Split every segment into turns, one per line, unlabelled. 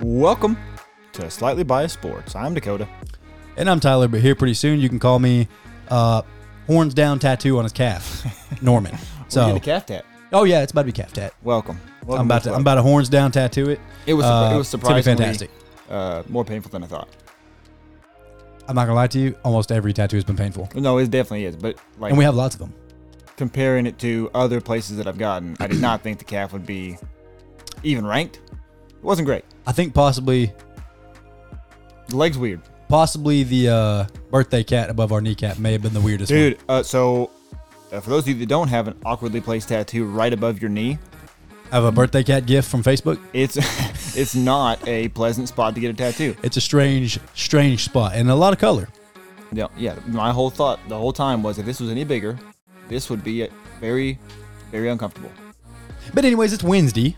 Welcome to Slightly Biased Sports. I'm Dakota.
And I'm Tyler, but here pretty soon you can call me uh, horns down tattoo on his calf, Norman.
we
So,
did a calf tap.
oh yeah, it's about to be calf tat.
Welcome. Welcome
I'm about to,
the
I'm
club.
about to horns down tattoo it.
It was surpri-
Uh,
it was
it's gonna
surprisingly
be fantastic.
Uh, more painful than I thought.
I'm not gonna lie to you, almost every tattoo has been painful,
No, it definitely is. But like
and we have lots of them.
comparing it to other places that I've gotten, I did not think the calf would be even ranked. It wasn't great.
I think possibly,
The leg's weird,
possibly the uh, birthday cat above our kneecap may have been the weirdest. one.
dude. Uh, so uh, for those of you that don't have an awkwardly placed tattoo right above your knee,
I have a birthday cat gift from Facebook.
it's it's not a pleasant spot to get a tattoo.
It's a strange, strange spot and a lot of color.
Yeah, yeah. My whole thought the whole time was if this was any bigger, this would be uh, very, very uncomfortable.
But anyways, it's Wednesday,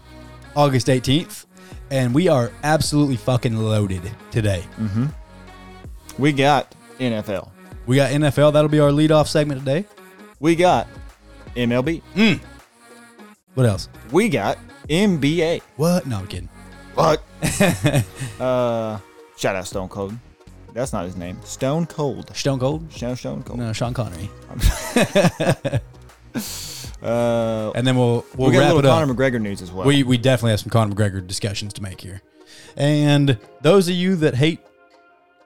August 18th, and we are absolutely fucking loaded today.
We got NFL.
We got NFL. That'll be our leadoff segment today.
We got MLB.
What else?
Mm, We got NBA.
What? No, I'm kidding.
But uh, shout out Stone Cold. That's not his name. Stone Cold.
Stone Cold?
Stone Stone Cold.
No, Sean Connery.
Uh,
And then we'll we'll
we got a
wrap
little
it up.
Conor McGregor news as well.
We we definitely have some Conor McGregor discussions to make here. And those of you that hate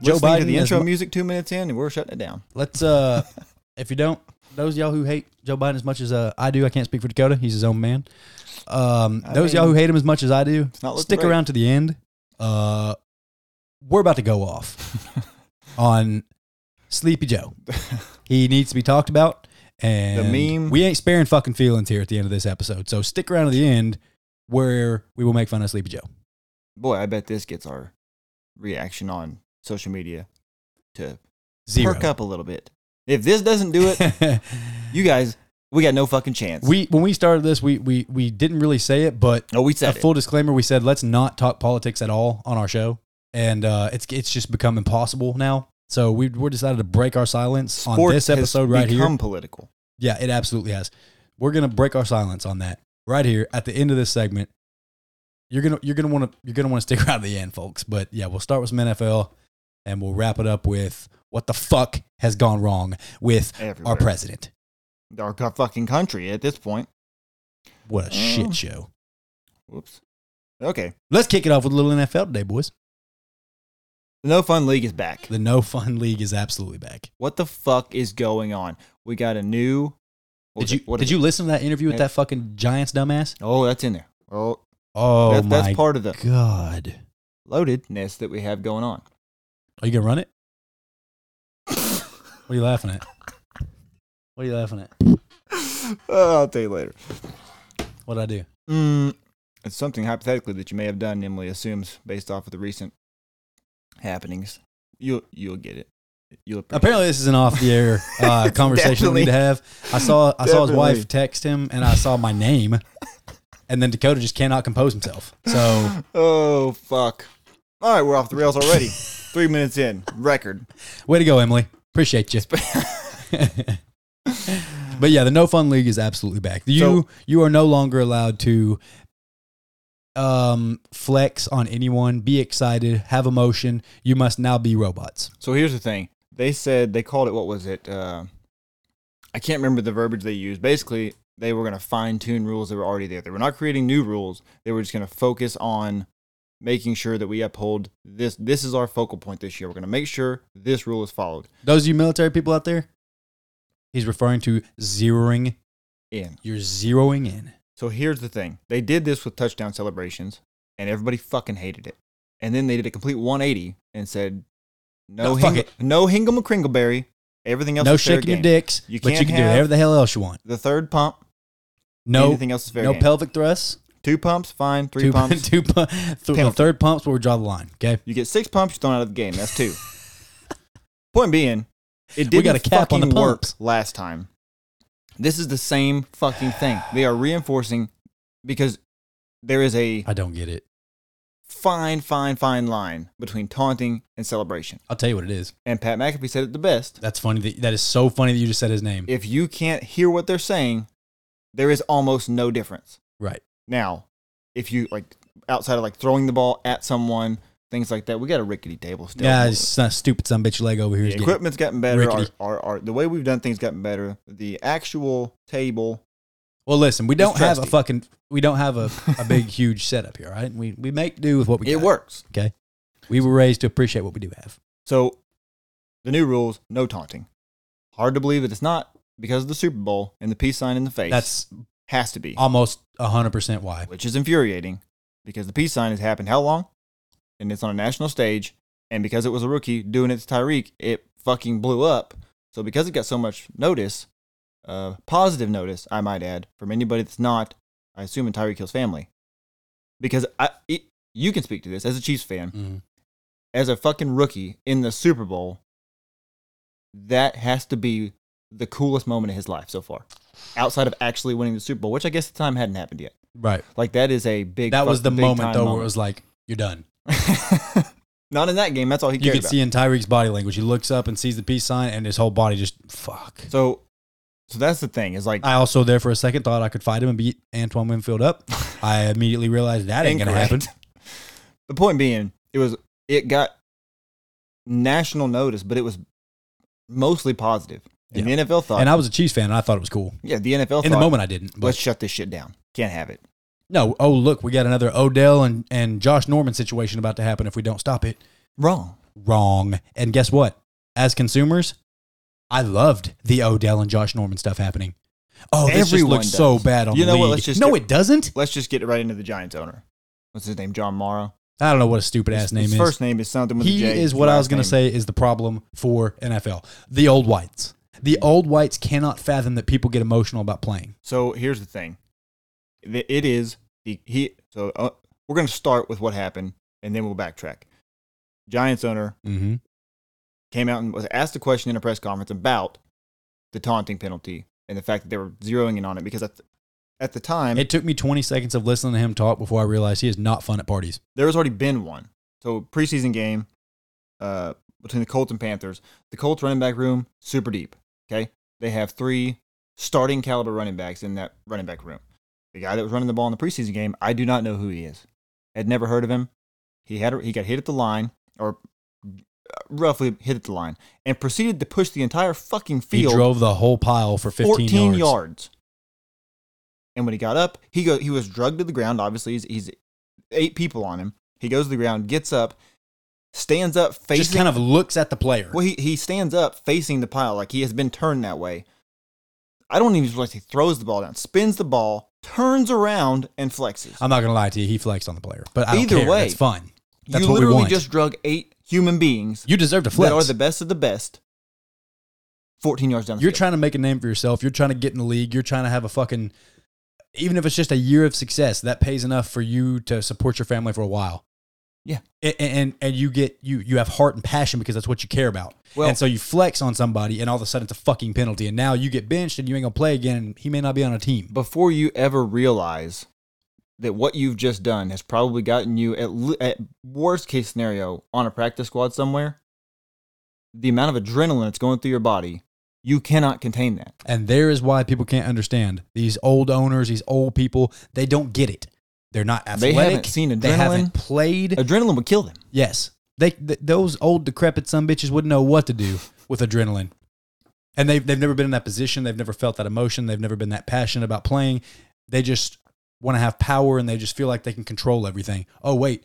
Joe
Listening
Biden,
to the intro
as mu-
music two minutes in, and we're shutting it down.
let's uh, if you don't, those of y'all who hate Joe Biden as much as uh, I do, I can't speak for Dakota. He's his own man. Um,
I
those of y'all who hate him as much as I do,
not looking
stick
great.
around to the end. Uh, we're about to go off on Sleepy Joe. He needs to be talked about. And
meme.
we ain't sparing fucking feelings here at the end of this episode. So stick around to the end where we will make fun of Sleepy Joe.
Boy, I bet this gets our reaction on social media to
Zero.
perk up a little bit. If this doesn't do it, you guys, we got no fucking chance.
we when we started this, we we we didn't really say it, but
no, we
a
said it.
full disclaimer, we said let's not talk politics at all on our show, and uh, it's it's just become impossible now. So we we decided to break our silence on
Sports
this
has
episode right here.
become political.
Yeah, it absolutely has. We're gonna break our silence on that right here at the end of this segment. You're gonna you're gonna want to you're gonna want to stick around to the end, folks. But yeah, we'll start with some NFL, and we'll wrap it up with what the fuck has gone wrong with
Everywhere.
our president.
our co- fucking country at this point.
What a
Oh.
shit show.
Whoops. Okay.
Let's kick it off with a little NFL today, boys.
The No Fun League is back.
The No Fun League is absolutely back.
What the fuck is going on? We got a new. what was
did you
it- what
did
is
you
it?
listen to that interview with
Yeah.
that fucking Giants dumbass?
Oh, that's in there. Oh,
Oh
that,
my
that's part of the
god!
loadedness that we have going on.
Are you gonna run it? What are you laughing at? What are you laughing at?
Oh, I'll tell you later.
What did I do?
Mm, it's something hypothetically that you may have done. Emily assumes based off of the recent happenings. You'll you'll get it. You'll appreciate
Apparently, this is an off-the-air uh, conversation we need to have. I saw I saw his
Definitely.
wife text him, and I saw my name, and then Dakota just cannot compose himself. So
it. Oh fuck! All right, we're off the rails already. Three minutes in, record.
Way to go, Emily. Appreciate you. but yeah, the No Fun League is absolutely back. You
So-
you are no longer allowed to um flex on anyone, be excited, have emotion. You must now be robots.
So here's the thing. They said they called it what was it? Uh, I can't remember the verbiage they used. Basically, they were going to fine tune rules that were already there. They were not creating new rules. They were just going to focus on making sure that we uphold this. This is our focal point this year. We're going to make sure this rule is followed.
Those of you military people out there, he's referring to zeroing.
In.
You're zeroing in.
So here's the thing. They did this with touchdown celebrations, and everybody fucking hated it. And then they did a complete 180 and said, "No,
No, fuck
Hingle-
it.
no Hingham or Kringleberry. Everything else
no
is fair
shaking your
game.
dicks,
You
but you
can't
can do
have-
whatever the hell else you want.
The third pump.
No,
anything else is fair
no
game.
pelvic thrusts.
Two pumps, fine. Three
two,
pumps.
two pu- th- the
Penalty.
third pumps where we draw the line. Okay.
You get six pumps, you're thrown out of the game. That's two. Point being, it didn't
We got a cap on
fucking
the
work
pumps.
last time. This is the same fucking thing. They are reinforcing because there is a
I don't get it.
fine, fine, fine line between taunting and celebration.
I'll tell you what it is.
And Pat McAfee said it the best.
That's funny. That, that is so funny that you just said his name.
If you can't hear what they're saying, there is almost no difference.
right.
Now, if you like, outside of like throwing the ball at someone, things like that. We got a rickety table still.
Yeah, it's not stupid. Some bitch leg over here.
the
is getting-
equipment's gotten better. Our,
rickety.
our, our, the way we've done things gotten better. The actual table
Well, listen, we don't have a
crusty.
fucking, we don't have a, a big, huge setup here. All right, we we make do with what we.
it
got.
works.
We were raised to appreciate what we do have.
So the new rules: no taunting. Hard to believe that it's not because of the Super Bowl and the peace sign in the face.
That's
has to be,
almost hundred percent why.
which is infuriating because the peace sign has happened how long? And it's on a national stage, and because it was a rookie doing it to Tyreek, it fucking blew up. So because it got so much notice, uh, positive notice, I might add, from anybody that's not, I assume, in Tyreek Hill's family, because I, it, you can speak to this as a Chiefs fan
Mhm.
as a fucking rookie in the Super Bowl, that has to be the coolest moment of his life so far. Outside of actually winning the Super Bowl, which I guess at the time hadn't happened yet.
Right.
Like that is a big.
That was
fuck-
the
big
moment
time
though where it was like, you're done.
moment. Not in that game. That's all he
You
cared
could
about.
see in Tyreek's body language. He looks up and sees the peace sign, and his whole body just fuck.
So, so that's the thing. Is like
I also there for a second thought I could fight him and beat Antoine Winfield up. I immediately realized that ain't gonna happen.
Incorrect. The point being, it was it got national notice, but it was mostly positive. And the NFL thought,
And I was a Chiefs fan, and I thought it was cool.
yeah, the NFL thought,
In the moment, I didn't. But
let's shut this shit down. Can't have it.
no, oh look, we got another Odell and, and Josh Norman situation about to happen if we don't stop it.
Wrong.
Wrong. And guess what? As consumers, I loved the Odell and Josh Norman stuff happening. Oh, this just
Everyone
looks so
does.
bad on
You
the
know what,
league.
let's just
no,
do-
it doesn't.
let's just get right into the Giants owner. What's his name? John Morrow.
I don't know what a stupid ass
his,
name
his
is.
First name is something with a
he
J.
is
His
what I was
last
going
name-
to say is the problem for NFL. The old whites. The old whites cannot fathom that people get emotional about playing.
So here's the thing. Th- It is the he. So uh, we're going to start with what happened, and then we'll backtrack. Giants owner
Mm-hmm.
came out and was asked a question in a press conference about the taunting penalty and the fact that they were zeroing in on it because at the, at the time
It took me 20 seconds of listening to him talk before I realized he is not fun at parties.
there has already been one. So preseason game uh, between the Colts and Panthers. The Colts running back room super deep. Okay, they have three starting caliber running backs in that running back room. The guy that was running the ball in the preseason game, I do not know who he is. Had never heard of him. He had he got hit at the line or uh, roughly hit at the line and proceeded to push the entire fucking field
He drove the whole pile for 15
14
yards.
yards. And when he got up, he go, he was drugged to the ground. Obviously, he's, he's eight people on him. He goes to the ground, gets up, stands up facing.
Just kind of looks at the player.
well, he, he stands up facing the pile, like he has been turned that way. I don't even realize he throws the ball down, spins the ball, turns around, and flexes.
I'm not going to lie to you. He flexed on the player. But I
Either
don't care.
way,
That's fun. That's
you
what we
literally
want.
just drug eight human beings
you deserve to
that are
flex.
the best of the best. 14 yards down the
You're
field.
trying to make a name for yourself. You're trying to get in the league. You're trying to have a fucking, even if it's just a year of success, that pays enough for you to support your family for a while.
Yeah.
A- And and, and you get you you have heart and passion because that's what you care about.
Well-
and so you flex on somebody, and all of a sudden it's a fucking penalty, and now you get benched, and you ain't gonna play again. And he may not be on a team.
before you ever realize that what you've just done has probably gotten you at, l- at worst case scenario on a practice squad somewhere the amount of adrenaline that's going through your body you cannot contain that
And there is why people can't understand these old owners, these old people. They don't get it. They're not
They
athletic.
haven't seen
They haven't
adrenaline.
played.
adrenaline would kill them
Yes. They th- those old decrepit some bitches wouldn't know what to do with adrenaline. And they've they've never been in that position. They've never felt that emotion. They've never been that passionate about playing. They just want to have power and they just feel like they can control everything. Oh wait,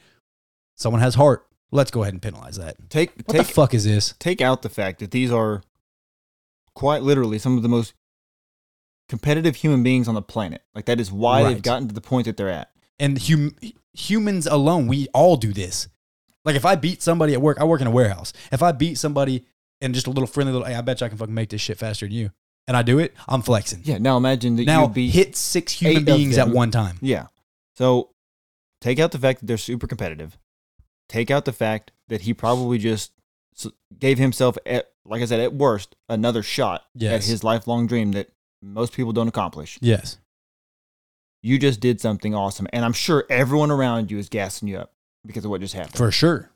someone has heart. Let's go ahead and penalize that.
take
What
take
the fuck is this?
take out the fact that these are quite literally some of the most competitive human beings on the planet like that is why
Right.
they've gotten to the point that they're at
And hum- humans alone, we all do this. Like if I beat somebody at work, I work in a warehouse. If I beat somebody and just a little friendly little, hey, I bet you I can fucking make this shit faster than you. And I do it, I'm flexing.
yeah now imagine that
now
you'd be
hit six human
eight of
beings at
them.
one time.
Yeah. So take out the fact that they're super competitive. Take out the fact that he probably just s- gave himself, at, like I said, at worst, another shot
Yes.
at his lifelong dream that most people don't accomplish.
Yes.
You just did something awesome. And I'm sure everyone around you is gassing you up because of what just happened.
For sure.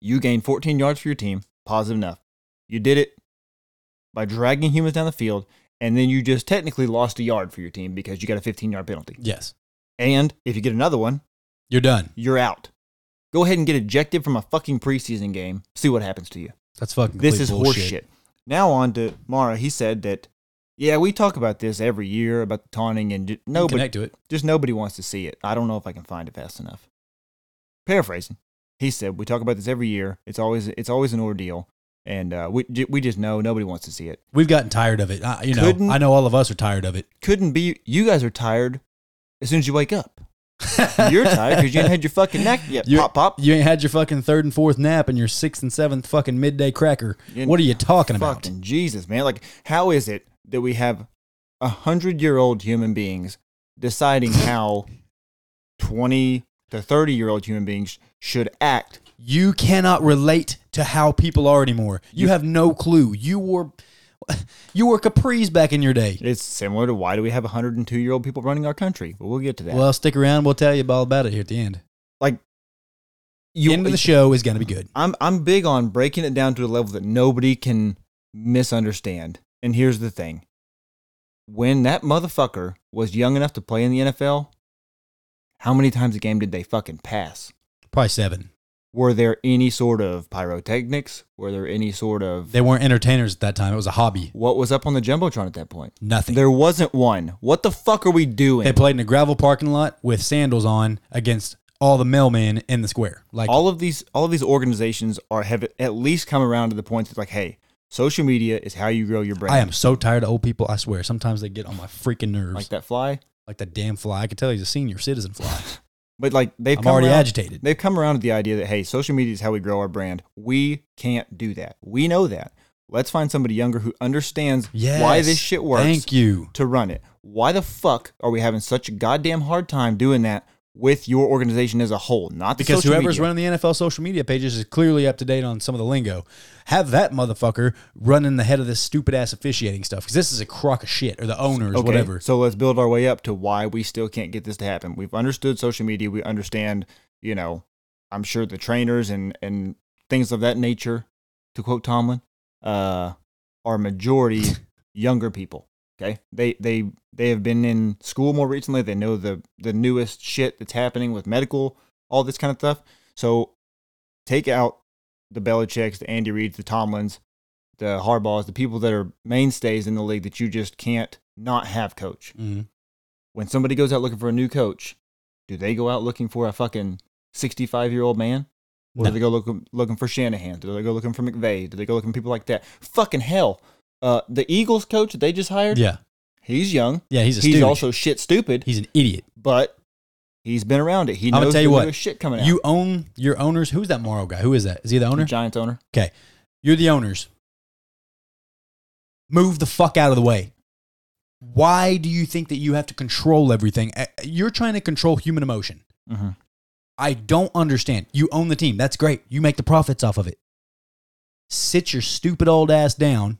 you gained 14 yards for your team. Positive enough. You did it by dragging humans down the field. And then you just technically lost a yard for your team because you got a 15 yard penalty.
Yes.
And if you get another one,
You're done.
You're out. Go ahead and get ejected from a fucking preseason game. See what happens to you.
That's fucking.
This
complete
is
bullshit.
horseshit. Now on to Mara. He said that, yeah, we talk about this every year about the taunting and ju-
No,
nobody,
connect to it.
just nobody wants to see it. I don't know if I can find it fast enough. Paraphrasing, he said, "We talk about this every year. It's always it's always an ordeal, and uh, we ju- we just know nobody wants to see it.
We've gotten tired of it. I, you know,
Couldn't-
I know all of us are tired of it.
Couldn't be. You guys are tired as soon as you wake up. You're tired because you ain't had your fucking neck yet.
You-
pop pop.
You ain't had your fucking third and fourth nap and your sixth and seventh fucking midday cracker.
You-
what are you talking about?
Fucking Jesus, man! Like, how is it that we have a hundred year old human beings deciding how twenty to thirty year old human beings should act?
You cannot relate to how people are anymore. You have no clue. You were you were capris back in your day.
It's similar to why do we have 102 year old people running our country? But we'll get to that.
Well, stick around. We'll tell you all about it here at the end.
you,
end of the show is going to be good.
I'm I'm big on breaking it down to a level that nobody can misunderstand. And here's the thing: when that motherfucker was young enough to play in the NFL, how many times a game did they fucking pass?
Probably seven.
Were there any sort of pyrotechnics? Were there any sort of
They weren't entertainers at that time. It was a hobby.
what was up on the jumbotron at that point?
Nothing.
There wasn't one. What the fuck are we doing?
They played in a gravel parking lot with sandals on against all the mailmen in the square. Like
all of these all of these organizations are have at least come around to the point that like hey social media is how you grow your brand
I am so tired of old people. I swear. Sometimes they get on my freaking nerves.
like
Like,
that fly
that damn fly. I can tell he's a senior citizen fly.
but like they've
I'm
come
already
around,
agitated.
they've come around to the idea that hey social media is how we grow our brand we can't do that we know that let's find somebody younger who understands
Yes.
why this shit works
Thank you.
to run it why the fuck are we having such a goddamn hard time doing that with your organization as a whole not the
Because
social
whoever's
media.
running the NFL social media pages is clearly up to date on some of the lingo. Have that motherfucker running the head of this stupid ass officiating stuff because this is a crock of shit or the owners,
Okay,
whatever.
So let's build our way up to why we still can't get this to happen. We've understood social media. We understand, you know, I'm sure the trainers and and things of that nature, to quote Tomlin, uh, are majority younger people. Okay, they they they have been in school more recently. They know the the newest shit that's happening with medical, all this kind of stuff. So take out the Belichick's, the Andy Reid's, the Tomlins, the Harbaughs, the people that are mainstays in the league that you just can't not have coach.
Mhm.
When somebody goes out looking for a new coach, do they go out looking for a fucking 65 year old man? Or
No.
do they go looking, looking for Shanahan? Do they go looking for McVay? Do they go looking for people like that? Fucking hell. Uh, the Eagles coach that they just hired,
Yeah.
he's young.
Yeah. He's a
He's,
stooge.
also shit stupid,
he's an idiot.
but he's been around it. He
I'ma
knows
tell you
the
what,
newest shit coming out.
You own your owners. Who's that Morrow guy? Who is that? Is he the
The
owner?
Giants owner.
Okay. You're the owners. Move the fuck out of the way. Why do you think that you have to control everything? Uh, You're trying to control human emotion.
Mm-hmm.
I don't understand. You own the team. That's great. You make the profits off of it. Sit your stupid old ass down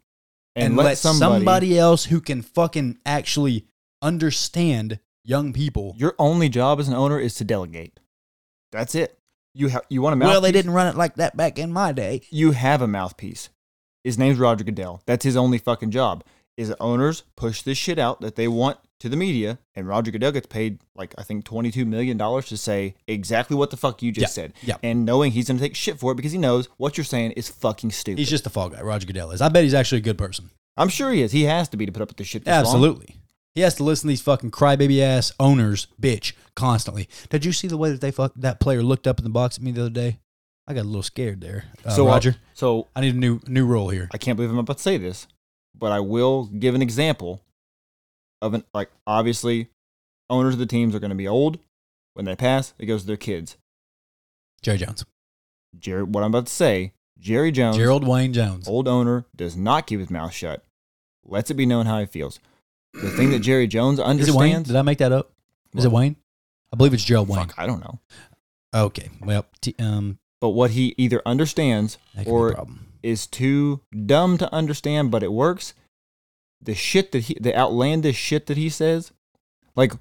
and, let, somebody, else who can fucking actually understand young people.
Your only job as an owner is to delegate. That's it. You have you want a mouthpiece.
Well, they didn't run it like that back in my day.
You have a mouthpiece. His name's Roger Goodell. That's his only fucking job. Is owners push this shit out that they want to the media, and Roger Goodell gets paid like I think twenty two million dollars to say exactly what the fuck you just
Yeah,
said.
yeah.
And knowing he's gonna take shit for it because he knows what you're saying is fucking stupid.
He's just the fall guy. Roger Goodell is. I bet he's actually a good person.
I'm sure he is. He has to be to put up with this shit. This long.
Absolutely. He has to listen to these fucking crybaby ass owners, bitch, constantly. Did you see the way that they fuck that player looked up in the box at me the other day? I got a little scared there. Uh,
So uh,
Roger,
so
I need a new new role here.
I can't believe I'm about to say this, but I will give an example of an like obviously owners of the teams are going to be old. When they pass, it goes to their kids.
Jerry Jones,
Jerry, what I'm about to say, Jerry Jones,
Gerald Wayne Jones.
old owner, does not keep his mouth shut. Lets it be known how he feels. The thing that Jerry Jones
Is it Wayne?
understands.
Did I make that up? Is it
Well,
Wayne? I believe it's Gerald Wayne.
Fuck, I don't know.
Okay. Well, t- um,
But what he either understands
that could be a
or
problem.
is too dumb to understand, but it works. The shit that he, the outlandish shit that he says, like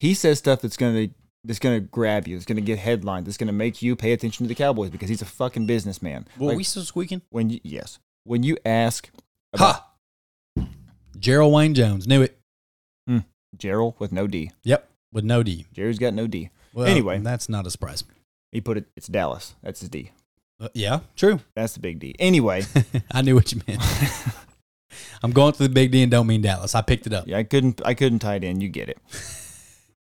he says stuff that's gonna that's gonna grab you, that's gonna get headlines, that's gonna make you pay attention to the Cowboys because he's a fucking businessman.
Were
Like,
we still squeaking?
when you, yes, when you ask about
Ha! Gerald Wayne Jones knew it.
Gerald with no D,
Yep, with no D.
Jerry's got no D.
Well,
Anyway.
that's not a surprise.
He put it. It's Dallas. That's his D.
Uh, yeah, true.
That's the big D. Anyway,
I knew what you meant. I'm going through the Big D and don't mean Dallas. I picked it up.
yeah, I couldn't. I couldn't tie it in. You get it.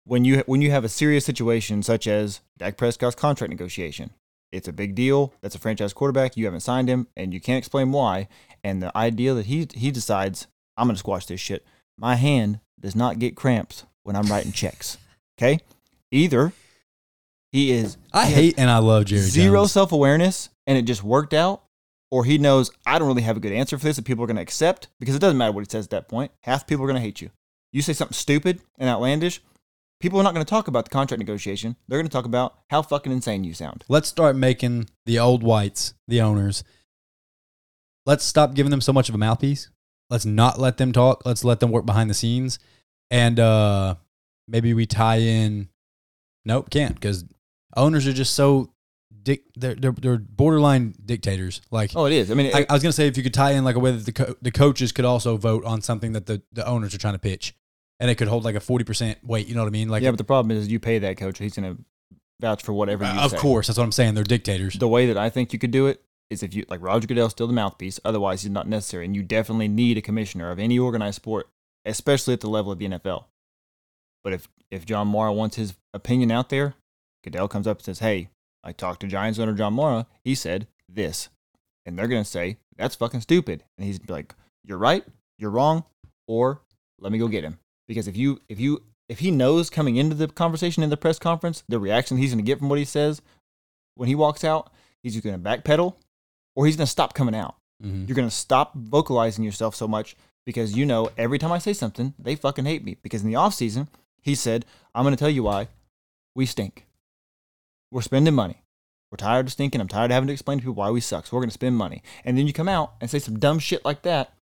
When you when you have a serious situation such as Dak Prescott's contract negotiation, it's a big deal. That's a franchise quarterback. You haven't signed him, and you can't explain why. And the idea that he he decides I'm going to squash this shit. My hand does not get cramps when I'm writing checks. Okay, either he is
I
he has
hate and I love Jerry
zero
Jones.
self awareness and it just worked out, or he knows I don't really have a good answer for this that people are going to accept because it doesn't matter what he says at that point. Half people are going to hate you. You say something stupid and outlandish, people are not going to talk about the contract negotiation. They're going to talk about how fucking insane you sound.
Let's start making the old whites the owners. Let's stop giving them so much of a mouthpiece. Let's not let them talk. Let's let them work behind the scenes, and uh, maybe we tie in. Nope, can't because owners are just so dic- they're, they're they're borderline dictators. Like
Oh, it is. I mean,
I, I was gonna say if you could tie in like a way that the co- the coaches could also vote on something that the, the owners are trying to pitch, and it could hold like a forty percent weight. You know what I mean? Like,
yeah, but the problem is you pay that coach, he's going to vouch for whatever you
uh,
say.
of course, that's what I'm saying. They're dictators.
The way that I think you could do it is if you, like Roger Goodell, still the mouthpiece. Otherwise, he's not necessary. And you definitely need a commissioner of any organized sport, especially at the level of the NFL. But if, if John Mara wants his opinion out there, Goodell comes up and says, Hey, I talked to Giants owner John Mara. He said this. And they're going to say, That's fucking stupid. And he's like, You're right. You're wrong. Or let me go get him. Because if you, if you, if he knows coming into the conversation in the press conference, the reaction he's going to get from what he says, when he walks out, he's either going to backpedal or he's going to stop coming out.
Mhm.
You're going to stop vocalizing yourself so much because you know every time I say something, they fucking hate me. Because in the offseason, he said, I'm going to tell you why we stink. We're spending money. We're tired of stinking. I'm tired of having to explain to people why we suck. So we're going to spend money. And then you come out and say some dumb shit like that.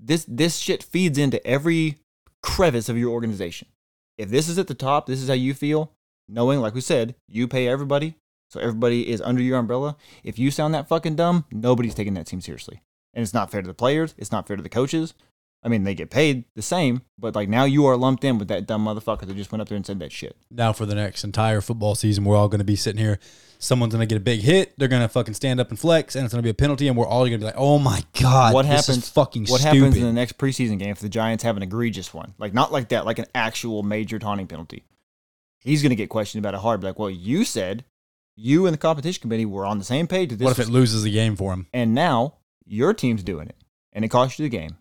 This, this shit feeds into every crevice of your organization. If this is at the top, this is how you feel, knowing, like we said, you pay everybody, so everybody is under your umbrella. If you sound that fucking dumb, nobody's taking that team seriously. And it's not fair to the players. It's not fair to the coaches. I mean, they get paid the same, but like now you are lumped in with that dumb motherfucker that just went up there and said that shit.
Now for the next entire football season, we're all going to be sitting here. Someone's going to get a big hit. They're going to fucking stand up and flex, and it's going to be a penalty, and we're all going to be like, "Oh my god,
what
this is
happens?
fucking
what
stupid."
happens in the next preseason game if the Giants have an egregious one? Like not like that, like an actual major taunting penalty. He's gonna get questioned about it hard. Be like, well, you said you and the competition committee were on the same page. that This
what if
was
it loses the game for him?
and now your team's doing it, and it cost you the game.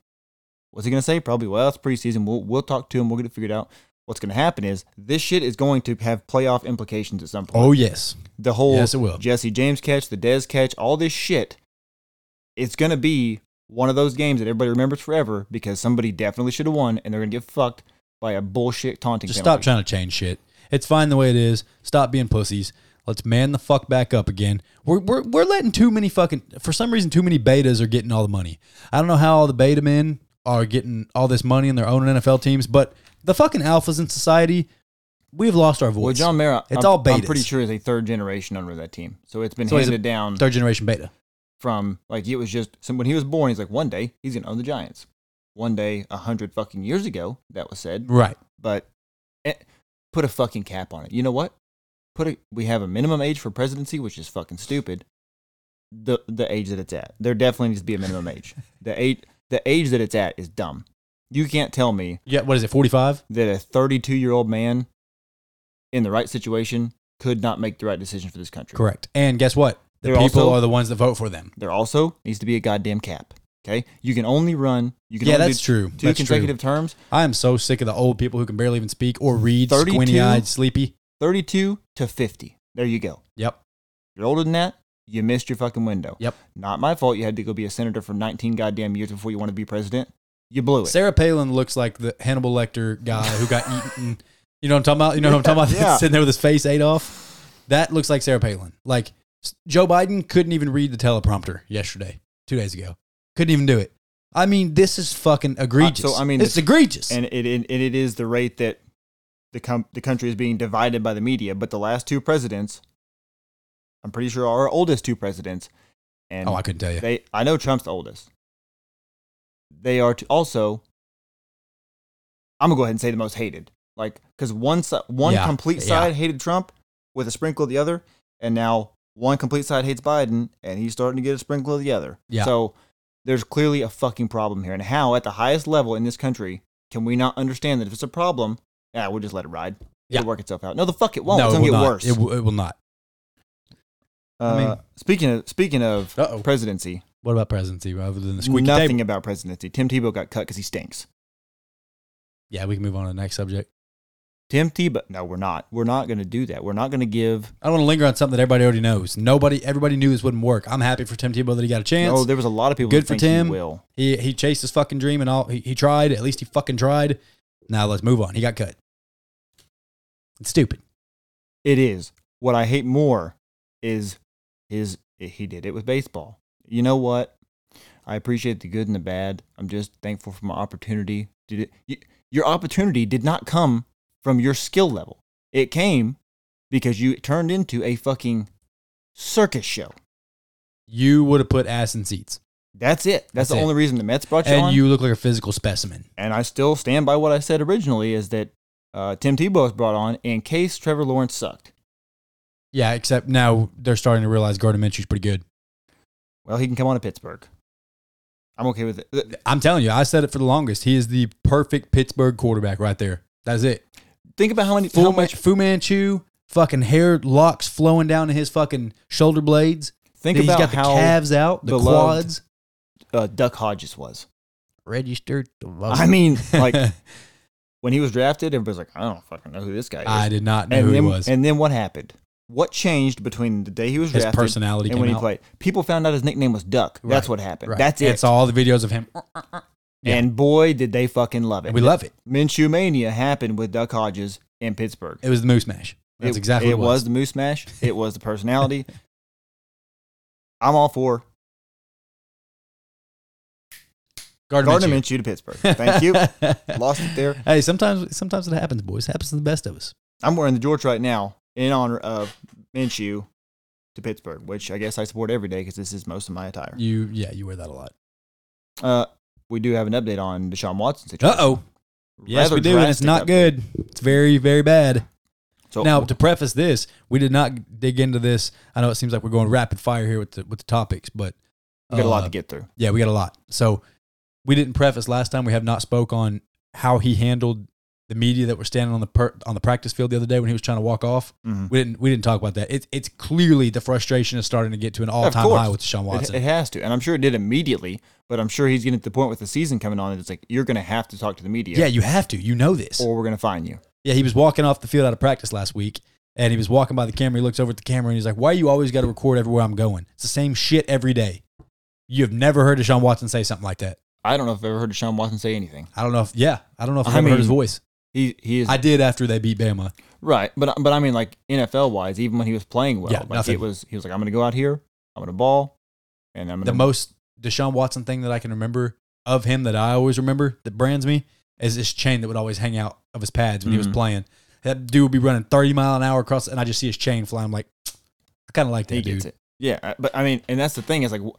What's he going to say? Probably, well, it's preseason. We'll, we'll talk to him. We'll get it figured out. What's going to happen is this shit is going to have playoff implications at some point.
Oh yes,
the whole
yes, it will.
Jesse James catch, the Dez catch, all this shit. It's going to be one of those games that everybody remembers forever because somebody definitely should have won, and they're going to get fucked by a bullshit taunting
Just
penalty.
stop trying to change shit. It's fine the way it is. Stop being pussies. Let's man the fuck back up again. We're, we're, we're letting too many fucking, for some reason, too many betas are getting all the money. I don't know how all the beta men are getting all this money and they're owning NFL teams, but the fucking alphas in society, we've lost our voice.
Well, John Mara,
It's
I'm,
all
I'm
betas.
pretty sure is a third generation owner of that team, so it's been
So he's a
handed down.
Third generation beta.
from like it was just so when he was born, he's like one day he's gonna own the Giants. One day, a hundred fucking years ago, that was said.
Right.
But eh, put a fucking cap on it. You know what? Put a we have a minimum age for presidency, which is fucking stupid. The the age that it's at, there definitely needs to be a minimum age. The age the age that it's at is dumb. You can't tell me
Yeah. What is it? 45?
that a 32 year old man in the right situation could not make the right decision for this country.
Correct. And guess what? The
They're
people
also-
are the ones that vote for them.
There also needs to be a goddamn cap. Okay, you can only run. You can
Yeah,
only
that's
do
true.
Two
That's true.
consecutive terms,
I am so sick of the old people who can barely even speak or read,
32?
squinty eyed, sleepy.
thirty-two to fifty. There you go.
Yep.
You're older than that. You missed your fucking window.
Yep.
Not my fault. You had to go be a senator for nineteen goddamn years before you wanted to be president. You blew it.
Sarah Palin looks like the Hannibal Lecter guy who got eaten. You know what I'm talking about? You know what I'm talking about?
Yeah.
Sitting there with his face ate off. That looks like Sarah Palin. Like s- Joe Biden couldn't even read the teleprompter yesterday, two days ago. Couldn't even do it. I mean, this is fucking egregious.
Uh, I mean,
it's
this-
egregious.
and it, it and it is the rate that the com- the country is being divided by the media. But the last two presidents, I'm pretty sure are our oldest two presidents. And
oh, I couldn't tell you.
They, I know Trump's the oldest. They are t- also. I'm gonna go ahead and say the most hated Like, because one si- one
Yeah,
complete
yeah.
side hated Trump with a sprinkle of the other, and now one complete side hates Biden, and he's starting to get a sprinkle of the other.
Yeah.
So there's clearly a fucking problem here. And how, at the highest level in this country, can we not understand that if it's a problem, yeah, we'll just let it ride.
Yeah.
It'll work itself out. No, the fuck it won't.
no,
it's
it
gonna
will
get
not.
worse.
It, w- it will not. I mean- Oh.
Uh, speaking of speaking of
Uh-oh.
presidency,
What about presidency rather than the squeaky
nothing
table?
about presidency. Tim Tebow got cut because he stinks.
Yeah, we can move on to the next subject.
Tim Tebow. No, we're not. We're not going to do that. We're not going to give.
I don't want to linger on something that everybody already knows. Nobody, everybody knew this wouldn't work. I'm happy for Tim Tebow that he got a chance.
Oh, there was a lot of people.
Good
that
for
think he
Tim.
Will
he he chased his fucking dream and all. He, he tried. At least he fucking tried. Now let's move on. He got cut. It's stupid.
it is what I hate more is his. He did it with baseball. You know what? I appreciate the good and the bad. I'm just thankful for my opportunity. Did it? You, your opportunity did not come from your skill level. It came because you turned into a fucking circus show.
You would have put ass in seats,
That's it. That's,
That's
the
it.
only reason the Mets brought you on.
and you look like a physical specimen.
and I still stand by what I said originally is that uh, Tim Tebow was brought on in case Trevor Lawrence sucked.
Yeah, except now they're starting to realize Gardner Minshew's pretty good.
Well, he can come on to Pittsburgh. I'm okay with it.
I'm telling you, I said it for the longest. He is the perfect Pittsburgh quarterback right there. That's it.
Think about how many
Fu,
how
Ma-
much.
Fu Manchu, fucking hair locks flowing down to his fucking shoulder blades.
Think
He's
about
got the
how
calves out, the
beloved-
quads.
uh, Duck Hodges was.
Registered. to vote.
I mean, like when he was drafted, everybody's like, I don't fucking know who this guy is.
I did not know
and
who
then,
he was.
And then what happened? What changed between the day he was
his
drafted
personality
and
came
when he
out.
played? People found out his nickname was Duck. That's
Right.
what happened.
Right.
That's it.
It's all the videos of him. Yeah.
And boy, did they fucking love it.
And we love it.
Minshew Mania happened with Duck Hodges in Pittsburgh.
It was the Moose Mash. That's
It-
exactly
it
what
was. the moose mash. It was the personality. I'm all for
Gardner,
Gardner
Minshew.
Minshew to Pittsburgh. Thank you. Lost it there.
Hey, sometimes sometimes it happens, boys. It happens to the best of us.
I'm wearing the George right now in honor of Minshew to Pittsburgh, which I guess I support every day because this is most of my attire.
You yeah, you wear that a lot.
Uh, we do have an update on Deshaun Watson situation.
Uh oh. Yes,
Rather
we do, and it's
drastic
not
update.
good. It's very, very bad.
So
Now, to preface this, we did not dig into this. I know it seems like we're going rapid fire here with the with the topics, but
we got a lot
uh,
to get through.
Yeah, we got a lot. So we didn't preface last time. We have not spoke on how he handled the media that were standing on the per- on the practice field the other day when he was trying to walk off.
Mhm.
We didn't we didn't talk about that. It's it's clearly the frustration is starting to get to an all time
course.
high with Deshaun
It,
Watson.
it has to, and I'm sure it did immediately. But I'm sure he's getting to the point with the season coming on, and it's like you're going to have to talk to the media,
yeah, you have to. You know this.
or we're going to fine you.
Yeah, he was walking off the field out of practice last week, and he was walking by the camera. He looks over at the camera and he's like, "Why you always got to record everywhere I'm going? It's the same shit every day." You have never heard Deshaun Watson say something like that.
I don't know if I've ever heard Deshaun Watson say anything.
I don't know if yeah, I don't know if I've
I
ever heard his
mean-
voice.
He he is
I did after they beat Bama.
Right, but but I mean, like NFL wise, even when he was playing well,
Yeah,
like
nothing.
it was he was like, I'm gonna go out here, I'm gonna ball, and I'm gonna
the most Deshaun Watson thing that I can remember of him that I always remember that brands me is this chain that would always hang out of his pads when he
Mhm.
was playing. That dude would be running 30 mile an hour across, and I just see his chain fly. I'm like, I kind of like that
he
dude.
gets it. Yeah, I- but I mean, and that's the thing is like w-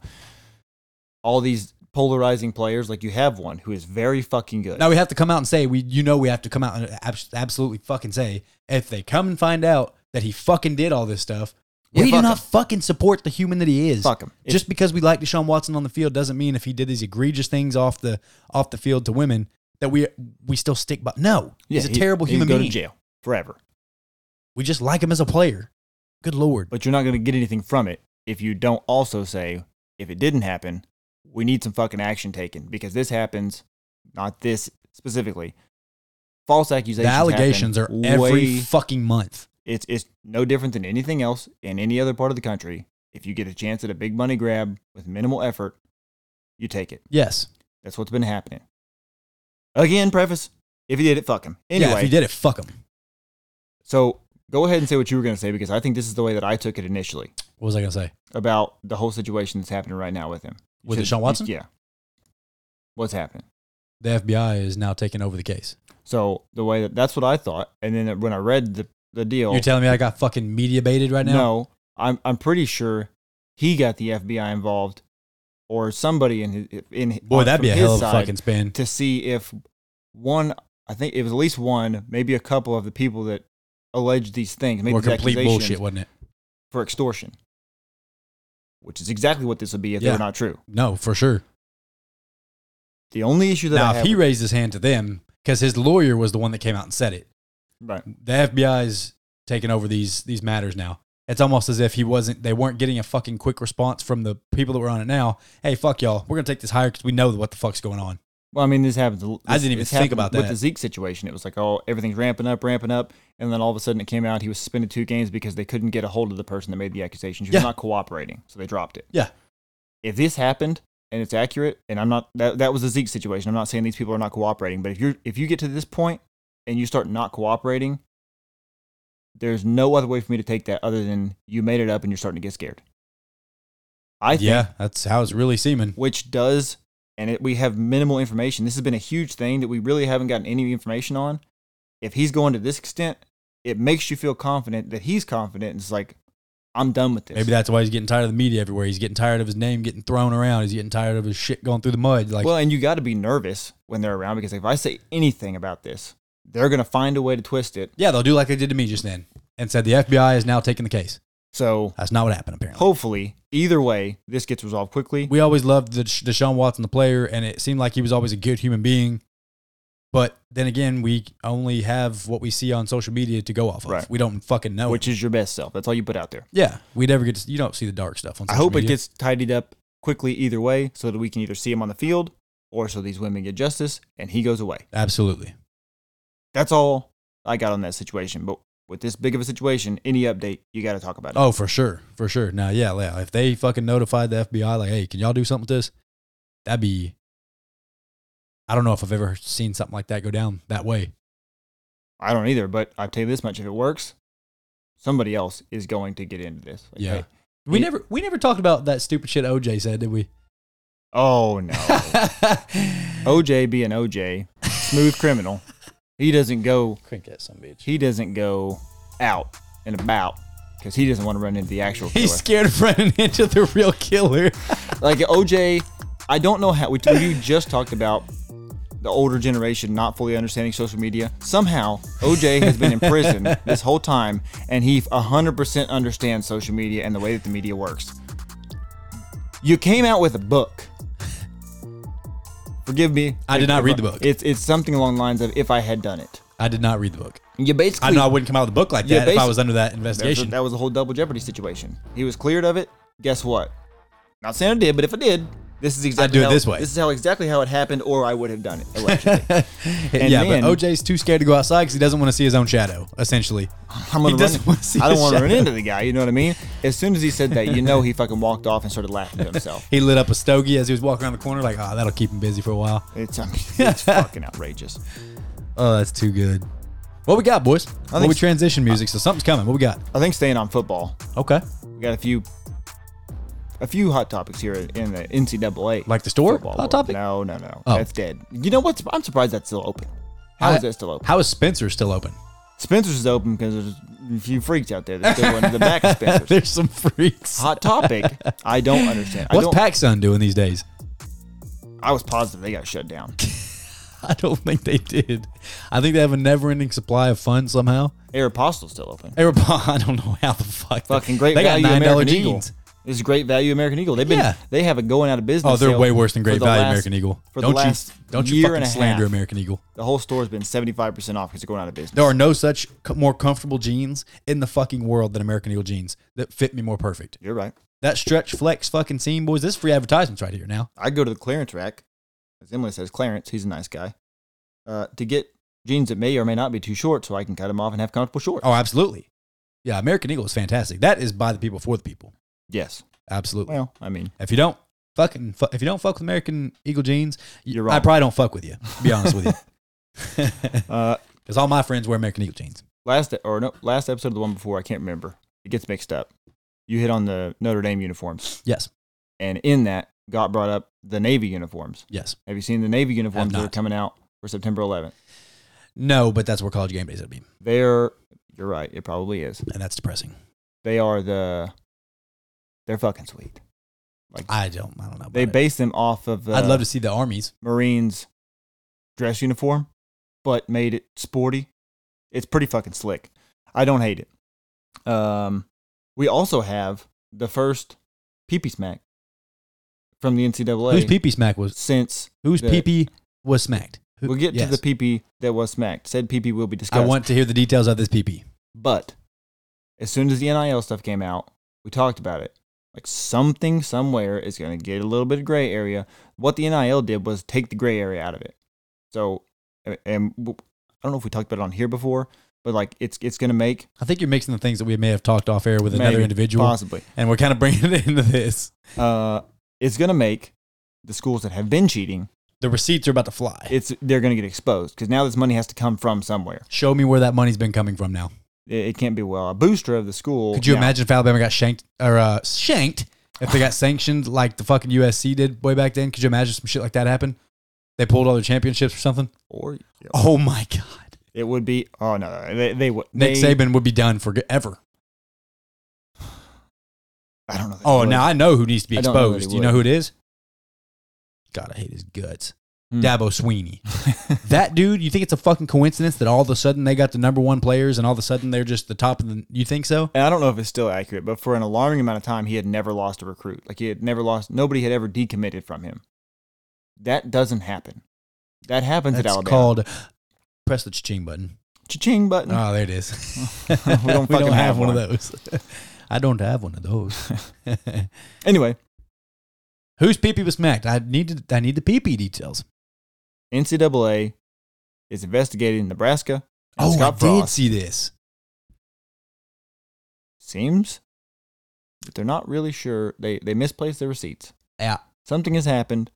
all these polarizing players, like you have one who is very fucking good.
Now we have to come out and say we, you know, we have to come out and abs- absolutely fucking say if they come and find out that he fucking did all this stuff,
Yeah,
we do
fuck
not
him.
fucking support the human that he is.
fuck him. If-
Just because we like Deshaun Watson on the field doesn't mean if he did these egregious things off the off the field to women that we we still stick by. No,
yeah,
he's a
he-
terrible
he
human
go
being.
to jail forever.
We just like him as a player. Good lord.
But you're not gonna get anything from it if you don't also say if it didn't happen, we need some fucking action taken because this happens, not this specifically. False
The
accusations. happen
allegations are every
way
fucking month.
it's it's no different than anything else in any other part of the country. If you get a chance at a big money grab with minimal effort, you take it.
Yes.
That's what's been happening. Again, preface: if he did it, fuck him. Anyway,
Yeah, if he did it, fuck him.
so go ahead and say what you were going to say because I think this is the way that I took it initially
What was I gonna say?
about the whole situation that's happening right now with him. You
With
should-
Deshaun Watson?
Yeah. What's happening?
The FBI is now taking over the case.
So the way that that's what I thought, and then when I read the the deal,
You're telling me I got fucking media baited right now?
Oh. No, I'm I'm pretty sure he got the FBI involved or somebody in his, in
Boy, that'd
from
be a
his
hell of a
side
fucking spin.
to see if one I think it was at least one, maybe a couple of the people that alleged these things made
Or
these
complete
accusations
bullshit, wasn't it?
for extortion, which is exactly what this would be if they
Yeah.
were not true.
No, for sure.
The only issue that I
Now,
have,
if he raised his hand to them, because his lawyer was the one that came out and said it,
right,
the FBI's taking over these these matters now. It's almost as if he wasn't. They weren't getting a fucking quick response from the people that were on it now. Hey, fuck y'all. We're gonna take this higher because we know what the fuck's going on.
Well, I mean, this happens. This,
I didn't even
this
think
happened
about
With
that.
the Zeke situation, it was like, oh, everything's ramping up, ramping up, and then all of a sudden it came out he was suspended two games because they couldn't get a hold of the person that made the accusation. She was
Yeah.
not cooperating, so they dropped it.
Yeah.
If this happened and it's accurate, and I'm not that that was the Zeke situation. I'm not saying these people are not cooperating, but if you're if you get to this point and you start not cooperating, there's no other way for me to take that other than you made it up and you're starting to get scared. I think
yeah, that's how it's really seeming.
which does, and it, we have minimal information. This has been a huge thing that we really haven't gotten any information on. If he's going to this extent, it makes you feel confident that he's confident. And it's like, I'm done with this.
Maybe that's why he's getting tired of the media everywhere. He's getting tired of his name getting thrown around. He's getting tired of his shit going through the mud. Like,
well, and you got to be nervous when they're around because if I say anything about this, they're going to find a way to twist it.
yeah, they'll do like they did to me just then, and said the FBI is now taking the case.
So
That's not what happened apparently.
hopefully, either way, this gets resolved quickly.
we always loved the Deshaun Watson, the player, and it seemed like he was always a good human being. But then again, we only have what we see on social media to go off of.
Right.
We don't fucking know.
Which is your best self. That's all you put out there.
yeah, we never get to. You don't see the dark stuff on.
I
Social
hope it
media.
gets tidied up quickly either way so that we can either see him on the field or so these women get justice and he goes away.
absolutely.
that's all I got on that situation. But with this big of a situation, any update, you got to talk about it.
Oh, for sure, for sure. Now, yeah, yeah, if they fucking notified the FBI, like, hey, can y'all do something with this? That'd be. I don't know if I've ever seen something like that go down that way.
I don't either, but I tell you this much: if it works, somebody else is going to get into this. Like,
Yeah.
hey-
We
Yeah.
never, we never talked about that stupid shit OJ said, did we?
Oh no. OJ being OJ, smooth criminal. He doesn't go.
Crank that some bitch.
He doesn't go out and about because he doesn't want to run into the actual killer.
He's scared of running into the real killer.
like OJ, I don't know how we, we just talked about the older generation not fully understanding social media. Somehow, OJ has been in prison this whole time, and he 100% understands social media and the way that the media works. You came out with a book. Forgive me.
I did not read the book.
It's it's something along the lines of if I had done it.
I did not read the book.
You basically
I know I wouldn't come out of the book like
Yeah,
that if I
basi-
was under that
that was,
investigation.
that was a whole double jeopardy situation. He was cleared of it. Guess what? Not saying I did, but if I did, this is exactly
do it
how,
this way.
This is how exactly how it happened, or I would have done it. Allegedly. and
yeah,
then-
but OJ's too scared to go outside because he doesn't want to see his own shadow. Essentially,
I'm gonna
He doesn't
run,
wanna see
I don't
the
want to run
shadow.
into the guy. You know what I mean? As soon as he said that, you know he fucking walked off and started laughing to himself.
he lit up a stogie as he was walking around the corner. Like, oh, that'll keep him busy for a while.
It's I mean, it's fucking outrageous.
Oh, that's too good. What we got, boys? Well,
think
we
s-
transition music, so something's coming. What we got?
I think staying on football,
Okay,
we got a few, a few hot topics here in the NCAA.
like the store
football
hot
world.
topic.
No, no, no.
Oh.
That's dead. You know what's? I'm surprised that's still open. How
I-
is that still open?
How is Spencer still open?
Spencer's is open because there's a few freaks out there that still want the back of Spencer's.
There's some freaks.
Hot topic. I don't understand. I,
What's
don't,
PacSun doing these days?
I was positive they got shut down.
I don't think they did. I think they have a never-ending supply of fun somehow.
Aeropostale's still open.
Aeropostale, I don't know how the fuck.
Fucking great value
$9
American Eagle. This is great value American Eagle. They've been
Yeah.
they have it going out of business.
Oh, they're
sale
way worse than
for
Great
the
Value
last-
American Eagle.
For
don't
the last
you don't you
year
fucking
and a
slander
half,
American Eagle.
The whole store's been seventy five percent off because it's going out of business.
There are no such co- more comfortable jeans in the fucking world than American Eagle jeans that fit me more perfect.
You're right.
That stretch flex fucking seam, boys. This is free advertisements right here now.
I go to the clearance rack, as Emily says, Clarence, he's a nice guy, uh, to get jeans that may or may not be too short, so I can cut them off and have comfortable shorts.
Oh, absolutely. Yeah, American Eagle is fantastic. That is by the people for the people.
Yes.
Absolutely.
Well, I mean,
If you don't fucking fu- if you don't fuck with American Eagle jeans, y-
You're wrong.
I probably don't fuck with you. To be honest with you,
uh,
because all my friends wear American Eagle jeans.
last e, or no last episode of the one before I can't remember. It gets mixed up. You hit on the Notre Dame uniforms,
Yes,
and in that got brought up the Navy uniforms.
yes.
Have you seen the Navy uniforms that are
not.
coming out for September 11th?
No, but that's where college game days would be,
They're you're right. It probably is.
and that's depressing.
They are the they're fucking sweet.
I don't, I don't know.
They
about it.
base them off of uh, the
I'd love to see the armies.
Marines dress uniform, but made it sporty. It's pretty fucking slick. I don't hate it. Um, we also have the first PP Smack from the NCAA
Whose pee pee smack was?
since
Whose
The-
pee pee was smacked? Who-
we'll get
yes.
to the PP that was smacked. Said PP will be
I
discussed.
want to hear the details of this pee pee.
But as soon as the NIL stuff came out, we talked about it. Like something somewhere is going to get a little bit of gray area. What the NIL did was take the gray area out of it. So, a- and w- I don't know if we talked about it on here before, but like it's it's going to make
I think you're mixing the things that we may have talked off air with another
Maybe.
individual,
possibly
and we're kind of bringing it into this.
uh, it's going to make the schools that have been cheating
The receipts are about to fly.
it's they're going to get exposed because now this money has to come from somewhere.
Show me where that money's been coming from now.
It, it can't be well a booster of the school.
Could you
now-
imagine if Alabama got shanked or uh, shanked if they got sanctioned like the fucking USC did way back then? Could you imagine some shit like that happen? They pulled all their championships or something.
Or
Oh my god!
it would be oh no they they would
Nick
they,
Saban would be done forever.
I don't know.
Oh,
now.
now I know who needs to be
I don't know that he
exposed. Do you know
would.
who it is? God, I hate his guts.
Hmm.
Dabo Sweeney. that dude, you think it's a fucking coincidence that all of a sudden they got the number one players and all of a sudden they're just the top of the. You think so?
and I don't know if it's still accurate, but for an alarming amount of time, he had never lost a recruit. Like he had never lost, nobody had ever decommitted from him. That doesn't happen. That happens at
That's
Alabama.
called. Press the ching button.
cha-ching button.
Oh, there it is.
We don't fucking have
of those. I don't have one of those.
anyway,
Whose peepee was smacked? I need to, I need the peepee details.
NCAA is investigating Nebraska. and
Oh,
Scott
I did
Frost.
see this.
Seems that they're not really sure. They they misplaced their receipts.
Yeah.
Something has happened,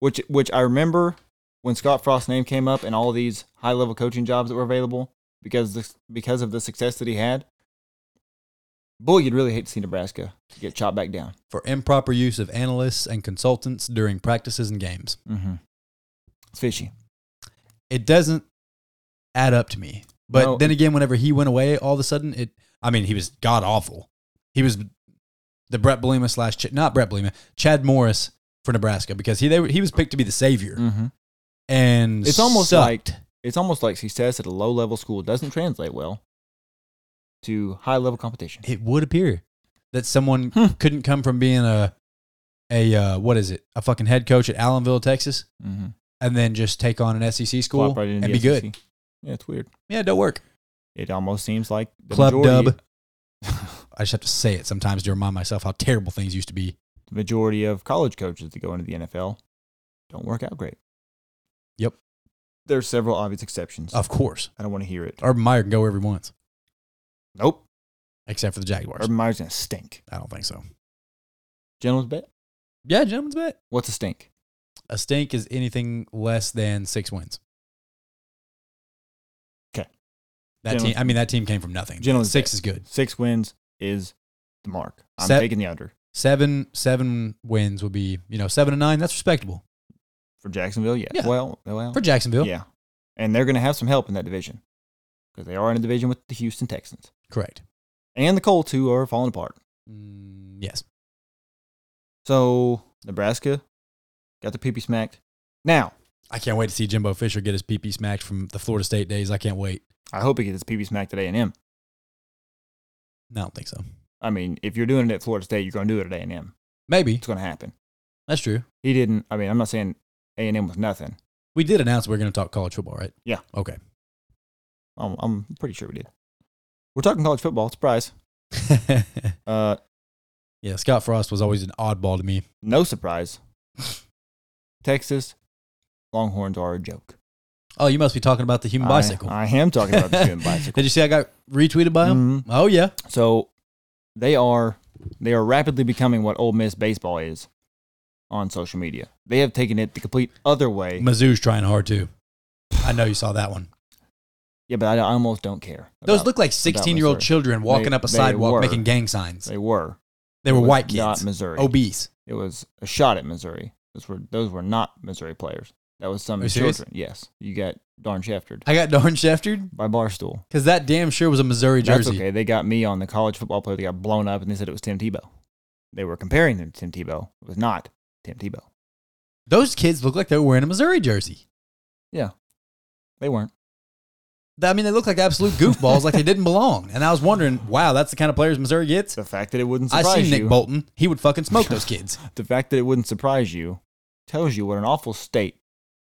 which which I remember when Scott Frost's name came up and all these high level coaching jobs that were available because this, because of the success that he had. Boy, you'd really hate to see Nebraska get chopped back down.
For improper use of analysts and consultants during practices and games.
Mm-hmm. It's fishy.
It doesn't add up to me. But
No.
then again, whenever he went away, all of a sudden, it, I mean, he was god awful. He was the Brett Belima slash, Ch- not Brett Belima, Chad Morris for Nebraska because he, they, were- he was picked to be the savior.
Mm-hmm.
And
It's almost
sucked.
like it's almost like success at a low level school doesn't translate well to high level competition.
it would appear that someone
Hmm.
couldn't come from being a a uh, what is it a fucking head coach at Allenville, Texas,
Mm-hmm.
and then just take on an SEC school
Flop right into
and
the E
be good.
SEC. Yeah, it's weird.
Yeah, it don't work.
It almost seems like the
Club
majority,
dub. I just have to say it sometimes to remind myself how terrible things used to be.
the majority of college coaches that go into the NFL don't work out great.
Yep.
There's several obvious exceptions.
Of course,
I don't want to hear it.
Urban Meyer can go every once,
Nope.
except for the Jaguars.
Urban Meyer's gonna stink.
I don't think so.
Gentleman's bet.
Yeah, gentlemen's bet.
What's a stink?
A stink is anything less than six wins.
'Kay.
That team.
Gentlemen's-
I mean, that team came from nothing.
Gentlemen's
six
bet.
is good.
Six wins is the mark. I'm
Set-
taking the under
Seven, seven wins would be you know seven and nine. That's respectable.
for Jacksonville. Yeah.
Yeah.
Well, well.
for Jacksonville.
yeah. And they're gonna have some help in that division because they are in a division with the Houston Texans
Correct.
and the Colts, who are falling apart.
Mm, yes.
So Nebraska got the PP smacked. Now
I can't wait to see Jimbo Fisher get his PP smacked from the Florida State days. I can't wait.
I hope he gets his PP smacked at A and M.
No, I don't think so.
I mean, if you're doing it at Florida State, you're going to do it at A and M.
Maybe.
It's going to happen.
That's true.
He didn't. I mean, I'm not saying A and M was nothing.
We did announce we are going to talk college football, right?
Yeah.
Okay.
I'm, I'm pretty sure we did. We're talking college football. Surprise. Uh,
yeah, Scott Frost was always an oddball to me.
no surprise. Texas Longhorns are a joke.
Oh, you must be talking about the human
I-
bicycle.
I, am talking about the human bicycle.
did you see I got retweeted by him?
Mhm.
Oh, yeah.
So they are they are rapidly becoming what Ole Miss baseball is on social media. They have taken it the complete other way.
Mizzou's trying hard, too. I know you saw that one.
Yeah, but I, I almost don't care.
Those
about-
look like 16 year old
Missouri.
children walking
They-
up a
they
sidewalk
were.
making gang signs. They,
they were
were
It was
white kids.
Not Missouri.
Obese.
It was a shot at Missouri. Those were those were not Missouri players. That was some
Are you
children.
serious?
Yes, you got darn shafted
I got darn shafted
by Barstool.
because that damn sure was a Missouri jersey.
That's okay. They got me on the college football player. They got blown up, and they said it was Tim Tebow. They were comparing him to Tim Tebow. It was not Tim Tebow.
Those kids look like they were wearing a Missouri jersey.
Yeah. They weren't.
I mean, they look like absolute goofballs, like they didn't belong. And I was wondering, wow, that's the kind of players Missouri gets.
The fact that it wouldn't
I
surprise
see
you.
Nick Bolton; he would fucking smoke those kids.
The fact that it wouldn't surprise you tells you what an awful state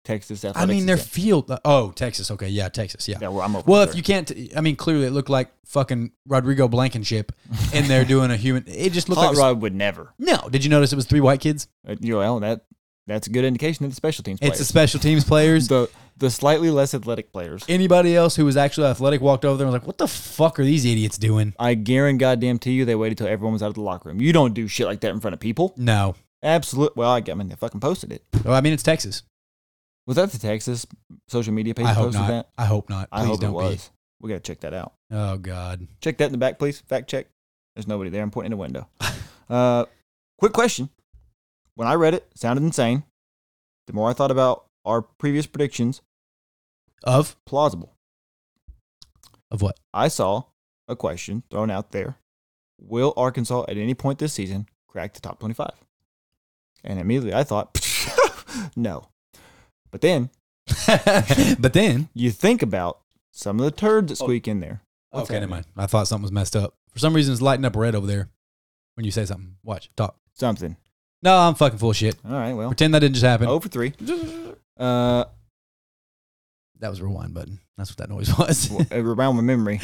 Texas
I
athletics.
mean,
is
their
in.
field. Oh, Texas. Okay, yeah, Texas. Yeah.
yeah. Well, I'm over
Well, if
there.
you can't, t- I mean, clearly it looked like fucking Rodrigo Blankenship in there doing a human. It just looked
hot
like. a s-
rod would never.
no, did you notice it was three white kids?
Uh, you know, well, that that's a good indication of the special teams
It's
players.
the special teams players.
the the slightly less athletic players.
Anybody else who was actually athletic walked over there and was like, "What the fuck are these idiots doing?"
I guarantee goddamn to you they waited till everyone was out of the locker room. You don't do shit like that in front of people.
No,
Absolute. Well, I, I mean they fucking posted it.
well, I mean it's Texas.
Was that the Texas social media page
I hope
posted
not.
that?
I hope not. Please
I hope
don't
it was. We gotta check that out.
be. Oh God.
Check that in the back, please. Fact check. There's nobody there. I'm pointing at a window. uh, quick question. When I read it, it sounded insane. The more I thought about our previous predictions,
Of
plausible.
of what?
I saw a question thrown out there. Will Arkansas at any point this season crack the top 25? And immediately I thought, no. But then
but then.
you think about some of the turds that squeak in there. What's
okay,
that?
never mind. I thought something was messed up. For some reason, it's lighting up red over there when you say something. Watch. Talk.
Something.
No, I'm fucking full of shit.
All right, well,
Pretend that didn't just happen.
oh for 3. Uh,
That was a rewind button. That's what that noise was.
well, it rewound my memory.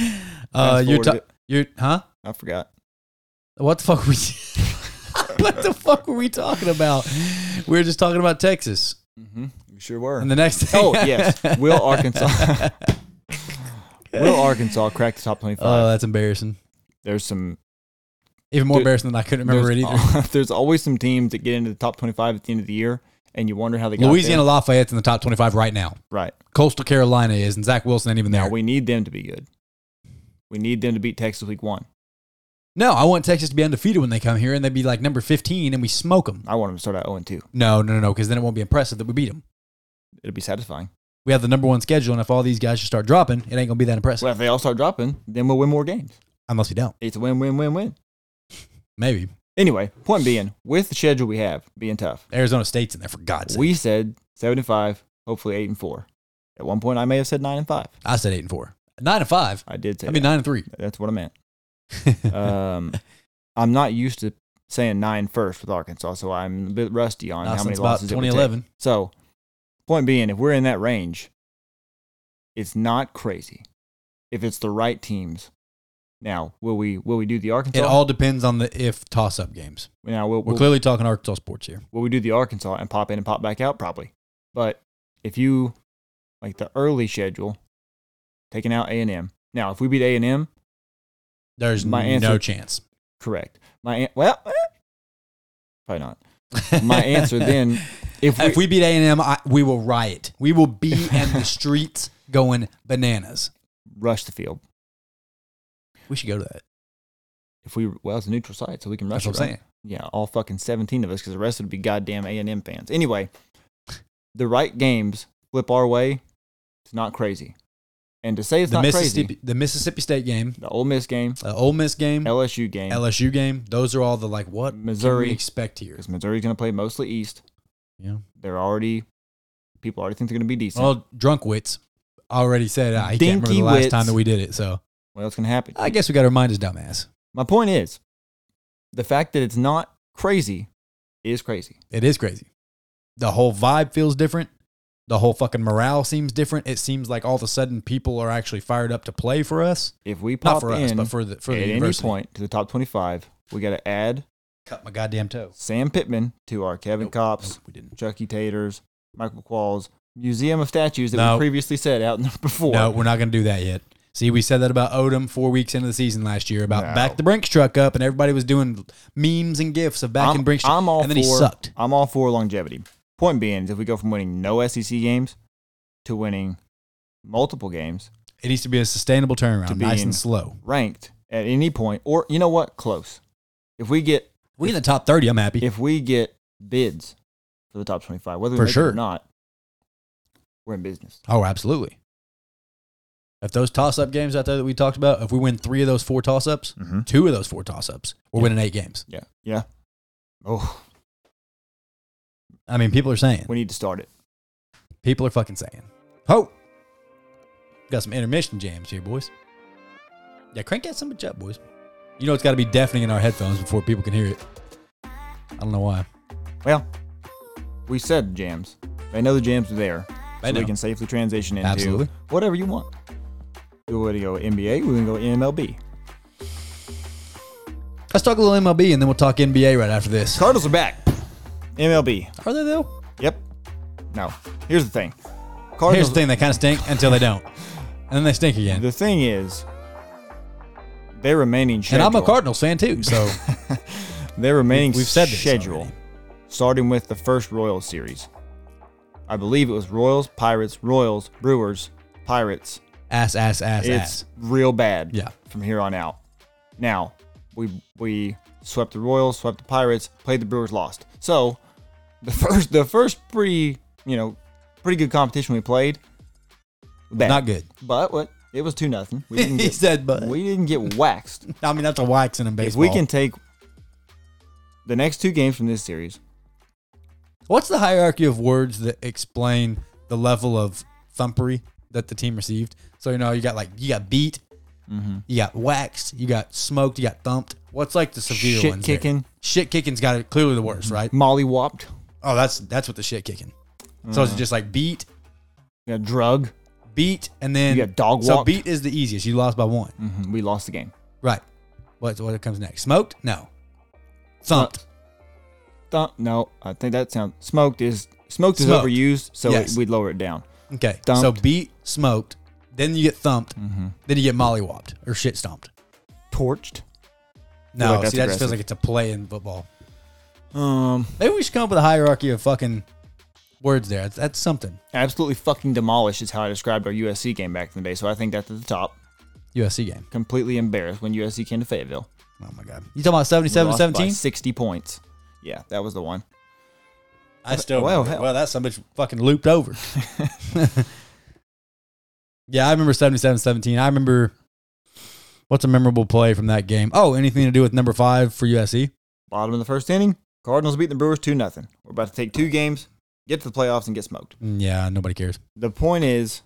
uh,
Fast
you're, ta-
forwarded it.
you're, huh?
I forgot.
What the fuck were we? what the fuck were we talking about? We were just talking about Texas,
Mm-hmm. You sure were.
and the next. Thing-
oh, yes. Will Arkansas Will Arkansas crack the top 25?
Oh, that's embarrassing.
there's some
Even more
Dude,
embarrassing than I couldn't remember it
there's,
either.
there's always some teams that get into the top 25 at the end of the year and you wonder how they got
Louisiana
there.
Lafayette's in the top twenty-five right now.
Right.
Coastal Carolina is, and Zach Wilson ain't even there.
Now we need them to be good. We need them to beat Texas week 1.
no, I want Texas to be undefeated when they come here, and they'd be like number fifteen, and we smoke them.
I want them to start out 0 2.
No, no, no, no, because then it won't be impressive that we beat them.
It'll be satisfying.
We have the number one schedule, and if all these guys just start dropping, it ain't gonna be that impressive.
Well, if they all start dropping, then we'll win more games.
Unless we don't,
It's a win, win, win, win.
maybe
Anyway, point being, with the schedule we have being tough,
Arizona State's in there for God's sake.
we said 7 and 5, hopefully 8 and 4. At one point, I may have said 9 and 5.
I said eight and four, nine and five.
I did say
I mean nine and three.
that. That's what I meant. Um, I'm not used to saying nine first with Arkansas, so I'm a bit rusty on
Not
how
since
many
about
losses it would take.
2011.
So, point being, if we're in that range, it's not crazy if it's the right teams. Now, will we will we do the Arkansas?
It all depends on the if toss-up games.
now, will,
We're
will,
clearly talking Arkansas sports here.
will we do the Arkansas and pop in and pop back out? Probably. But if you like the early schedule, taking out A and M. Now, if we beat A and M,
There's
My
no
answer-
chance.
correct. My an- well, eh, probably not. My answer then, if we,
if we beat A and M, we will riot. We will be in the streets going bananas.
rush the field,
We should go to that.
if we well, it's a neutral site, so we can rush.
That's what I'm
it, right?
saying.
Yeah, all fucking seventeen of us, because the rest would be goddamn A and M fans. Anyway, the right games flip our way. It's not crazy, and to say it's
the
not
Mississippi, Mm-hmm.
crazy,
the Mississippi State game,
the Ole Miss game,
the Ole Miss game,
LSU game,
LSU game. Those are all the like what can we
Missouri.
expect here.
because Missouri's going to play mostly East.
Yeah.
They're already people already think they're going to be decent. Well,
Well, drunk wits already said I can't remember the
Dinky
last
wits.
time that we did it. So
it's going to happen.
I guess we got to remind his dumbass.
My point is, the fact that it's not crazy is crazy.
It is crazy. The whole vibe feels different. The whole fucking morale seems different. It seems like all of a sudden people are actually fired up to play for us.
If we
Not
pop
for
in
us, but for the for
at
the
any
university.
point to the top twenty-five, we got to add
Cut my goddamn toe.
Sam Pittman to our Kevin
Nope,
Cops,
nope, we didn't.
Chucky Taters, Michael Qualls, Museum of Statues that
No.
we previously said out before.
No, we're not going to do that yet. See, we said that about Odom four weeks into the season last year about
No.
back the Brinks truck up, and everybody was doing memes and gifs of back
I'm,
in Brinks truck,
I'm all
and then
for,
he sucked.
I'm all for longevity. Point being, is if we go from winning no SEC games to winning multiple games,
It needs to be a sustainable turnaround,
To
nice
being-
and slow.
ranked at any point, or you know what, close. If we get
We in the top thirty. I'm happy.
if we get bids for the top 25, whether we
For
make it
sure.
or not, we're in business.
Oh, absolutely. If those toss up games out there that we talked about, if we win three of those four toss ups,
Mm-hmm.
two of those four toss ups, we're winning eight games.
Yeah, yeah. Oh,
I mean, people are saying.
we need to start it.
People are fucking saying. Ho! Got some intermission jams here, boys. Yeah, crank that some bitch up, boys. You know it's got to be deafening in our headphones before people can hear it. I don't know why.
Well, we said jams. They know the jams are there.
They
so
know.
we can safely transition into
Absolutely.
whatever you want. We're going to go NBA. We're going to go MLB.
Let's talk a little MLB and then we'll talk NBA right after this.
Cardinals are back. MLB.
Are they though?
Yep. No. Here's the thing.
Here's
Cardinals.
the thing: they kind of stink until they don't, and then they stink again.
the thing is, their remaining
And
schedule.
I'm a Cardinals fan too, so
Their remaining
We've said this
schedule,
already.
starting with the first Royals series. I believe it was Royals, Pirates, Royals, Brewers, Pirates.
ass, ass, ass,
It's
ass.
real bad.
Yeah.
From here on out. Now, we we swept the Royals, swept the Pirates, played the Brewers, lost. So the first the first pretty you know pretty good competition we played. bad.
Not good.
But what it was two nothing. We didn't
he
get,
said, but
we didn't get waxed.
I mean that's a waxing in
if
baseball.
we can take the next two games from this series,
What's the hierarchy of words that explain the level of thumpery that the team received? So you know, you got like you got beat,
Mm-hmm.
you got waxed, you got smoked, you got thumped. What's like the severe
Shit
ones? there?
kicking. Mm-hmm.
Shit kicking's got it clearly the worst, right?
Molly whopped,
Oh, that's that's what the shit kicking. So
Mm.
it's just like beat,
you got drug.
beat, and then
You got dog
So
walked.
beat is the easiest. You lost by one,
Mhm, We lost the game.
right? What what comes next? Smoked? No. Thumped.
Thump, no, I think that sounds smoked is smoked,
Smoked.
is overused, so
Yes.
it, we'd lower it down.
Okay. So
Thumped. Mm-hmm.
beat, smoked, then you get thumped, then you get mollywopped or shit stomped.
Torched.
No,
like that's
see, that just
aggressive.
feels like it's a play in football.
Um,
Maybe we should come up with a hierarchy of fucking words there. That's, that's something.
absolutely fucking demolished is how I described our USC game back in the day. So I think that's at the top.
USC game.
Completely embarrassed when USC came to Fayetteville.
Oh my god. You talking about 77
Lost by
17?
Sixty points. Yeah, that was the one.
I still
Well,
well,
hell.
well, that's somebody fucking looped over. yeah, I remember 77 17. I remember what's a memorable play from that game? Oh, anything to do with number five for USC?
Bottom of the first inning, Cardinals beat the Brewers two 0 We're about to take two games, get to the playoffs, and get smoked.
Mm, Yeah, nobody cares.
The point is,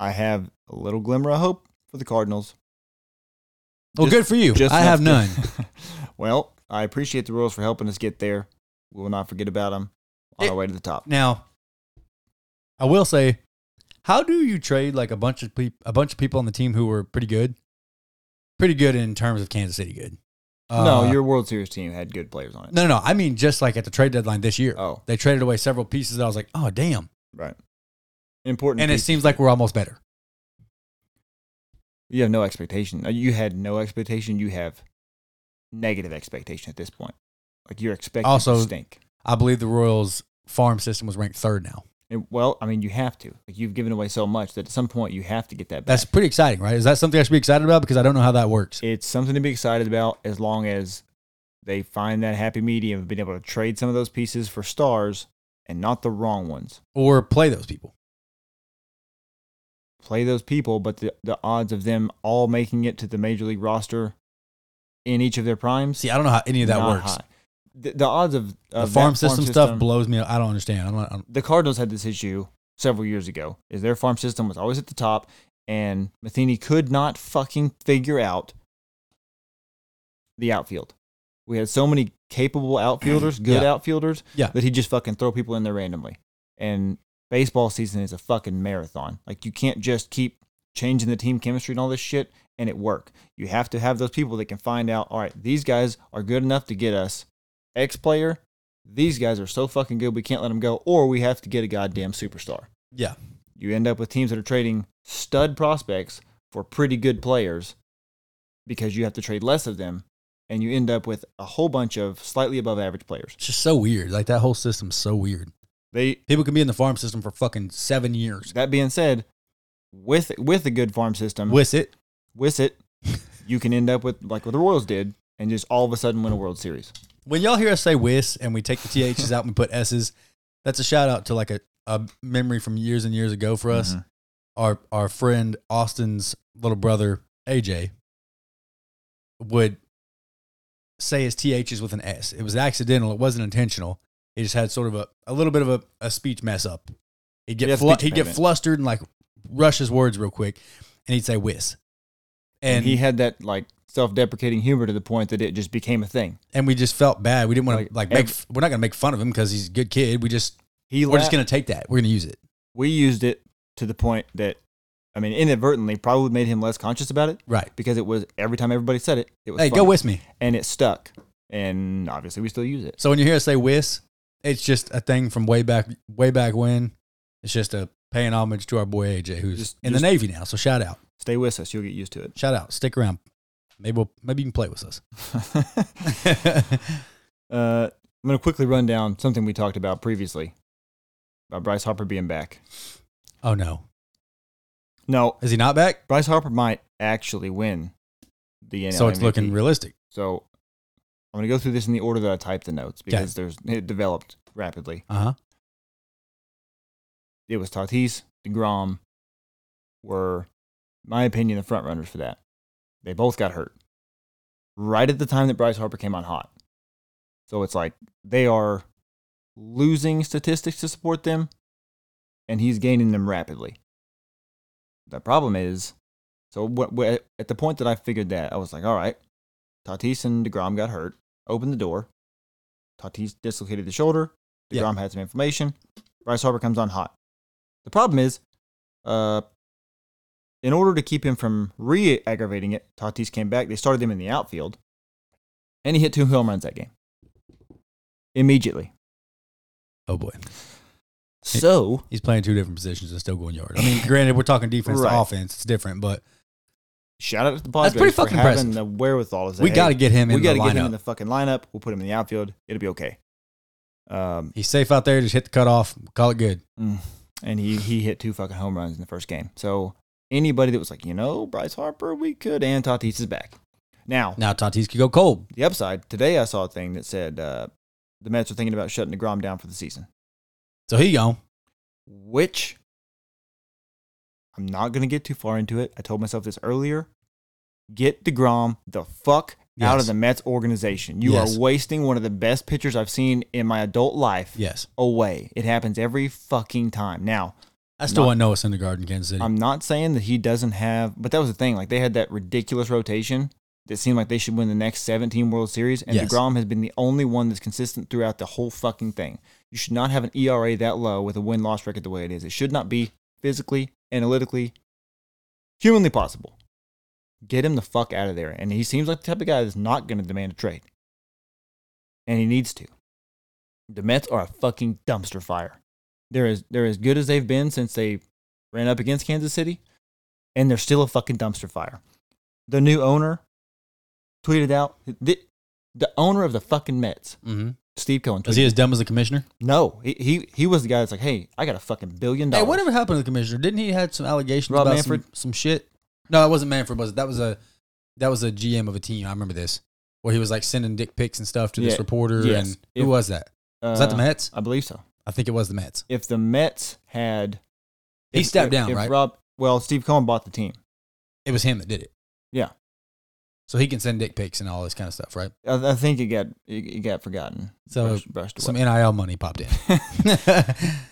I have a little glimmer of hope for the Cardinals.
Well,
Just-
good for you.
just
I
enough
have
to-
none.
Well, I appreciate the Royals for helping us get there. We will not forget about them on
It-
our way to the top.
Now, I will say, how do you trade like a bunch of people, a bunch of people on the team who were pretty good, pretty good in terms of Kansas City good?
no,
Uh,
your World Series team had good players on it.
no, no, no. I mean, just like at the trade deadline this year,
Oh,
they traded away several pieces. That I was like, oh damn,
right. Important.
and it
piece.
seems like we're almost better.
you have no expectation. Uh, You had no expectation. You have negative expectation at this point. Like you're expecting
Also-
to stink.
I believe the Royals farm system was ranked third now.
And, well, I mean, you have to. Like you've given away so much that at some point you have to get that back.
That's pretty exciting, right? Is that something I should be excited about? Because I don't know how that works.
it's something to be excited about as long as they find that happy medium of being able to trade some of those pieces for stars and not the wrong ones.
Or play those people.
Play those people, but the, the odds of them all making it to the major league roster in each of their primes.
See, I don't know how any of that
not
works.
high. The, the odds of,
The
of that
farm system stuff
system-
blows me. I don't understand. I'm not, I'm,
Um, the Cardinals had this issue several years ago. Is their farm system was always at the top, and Matheny could not fucking figure out the outfield. We had so many capable outfielders, good
Yeah.
outfielders,
Yeah.
that he just fucking throw people in there randomly. And baseball season is a fucking marathon. Like you can't just keep changing the team chemistry and all this shit and it work. You have to have those people that can find out, all right, these guys are good enough to get us X player, these guys are so fucking good we can't let them go or we have to get a goddamn superstar
yeah.
you end up with teams that are trading stud prospects for pretty good players because you have to trade less of them and you end up with a whole bunch of slightly above average players
It's just so weird. Like that whole system's so weird.
they
People can be in the farm system for fucking seven years.
that being said with with a good farm system
With it,
with it you can end up with like what the royals did and just all of a sudden win a world series
when y'all hear us say "whis" and we take the ths out and we put s's, that's a shout out to like a, a memory from years and years ago for
Mm-hmm.
us. Our our friend Austin's little brother AJ would say his ths with an s. It was accidental. It wasn't intentional. He just had sort of a, a little bit of a, a speech mess up. He'd get
Yeah,
flu-
speech
he'd get
impediment.
flustered and like rush his words real quick, and he'd say whiz.
And,
And
he had that like self-deprecating humor to the point that it just became a thing.
and we just felt bad. We didn't want
Like,
to like make.
ev-
f we're not gonna make fun of him because he's a good kid. We just
He
we're just
la-
gonna take that. We're gonna use it.
we used it to the point that I mean inadvertently probably made him less conscious about it
Right.
because it was every time everybody said it, it was
Hey, go
funny.
with me.
and it stuck. And obviously we still use it.
So when you hear us say whiz, it's just a thing from way back way back when. It's just a paying homage to our boy AJ, who's
Just-
in
just-
the Navy now. So shout out,
Stay with us, you'll get used to it.
shout out, stick around. Maybe we'll, maybe you can play with us.
uh, I'm going to quickly run down something we talked about previously about Bryce Harper being back.
oh no,
No,
is he not back?
Bryce Harper might actually win the NL
so it's
MVP.
looking realistic.
So I'm going to go through this in the order that I typed the notes because there's it developed rapidly.
Uh huh.
It was Tatis, DeGrom were, in my opinion, the front runners for that. They both got hurt right at the time that Bryce Harper came on hot. So it's like they are losing statistics to support them, and he's gaining them rapidly. The problem is, so what, what, at the point that I figured that, I was like, all right, Tatis and DeGrom got hurt, opened the door. Tatis dislocated the shoulder.
Yeah.
DeGrom had some inflammation. Bryce Harper comes on hot. The problem is, uh, in order to keep him from re aggravating it, Tatis came back. They started him in the outfield, and he hit two home runs that game immediately.
Oh boy,
So,
he's playing two different positions and still going yard. I mean, granted, we're talking defense
Right.
to offense. It's different, but
shout out to the Padres
That's pretty
for
fucking
having
impressive.
the wherewithal. to say,
we
hey,
got to get him in
we
the
gotta get him in
lineup.
the fucking lineup. We'll put him in the outfield. It'll be okay. Um,
he's safe out there. Just hit the cutoff. Call it good.
Mm. and he he hit two fucking home runs in the first game. So anybody that was like, you know, Bryce Harper, we could, and Tatis is back. Now,
Now Tatis could go cold.
the upside today, I saw a thing that said uh, the Mets are thinking about shutting Degrom down for the season.
So he gone.
which I'm not going to get too far into it. I told myself this earlier. Get DeGrom the fuck out
Yes.
of the Mets organization. You
Yes.
are wasting one of the best pitchers I've seen in my adult life
Yes,
away. It happens every fucking time. Now,
I still
Not-
want Noah Syndergaard in Kansas City.
I'm not saying that he doesn't have, but that was the thing. Like, they had that ridiculous rotation that seemed like they should win the next 17 World Series, and
Yes.
DeGrom has been the only one that's consistent throughout the whole fucking thing. You should not have an ERA that low with a win loss record the way it is. It should not be physically, analytically, humanly possible. Get him the fuck out of there. And he seems like the type of guy that's not going to demand a trade. And he needs to. The Mets are a fucking dumpster fire. They're as, they're as good as they've been since they ran up against Kansas City, and they're still a fucking dumpster fire. The new owner tweeted out the, the owner of the fucking Mets,
Mhm.
Steve Cohen.
Is
tweeted-
he as dumb as the commissioner?
no, he, he he was the guy that's like, hey, I got a fucking billion
Hey,
dollars.
whatever happened to the commissioner? Didn't he had some allegations
Rob
about
Manfred?
Some, some shit? No, it wasn't Manfred. Was it? That was a that was a GM of a team. I remember this where he was like sending dick pics and stuff to
Yeah,
this reporter.
yes.
And
If-
who was that? Was that the
Uh,
Mets?
I believe so.
I think it was the Mets.
If the Mets had,
He
if-
stepped
if-
down,
if
right?
Rob, well, Steve Cohen bought the team.
It was him that did it.
Yeah.
So he can send dick pics and all this kind of stuff, right?
I, I think it got it, it got forgotten.
So
brushed, brushed away.
Some NIL money popped in.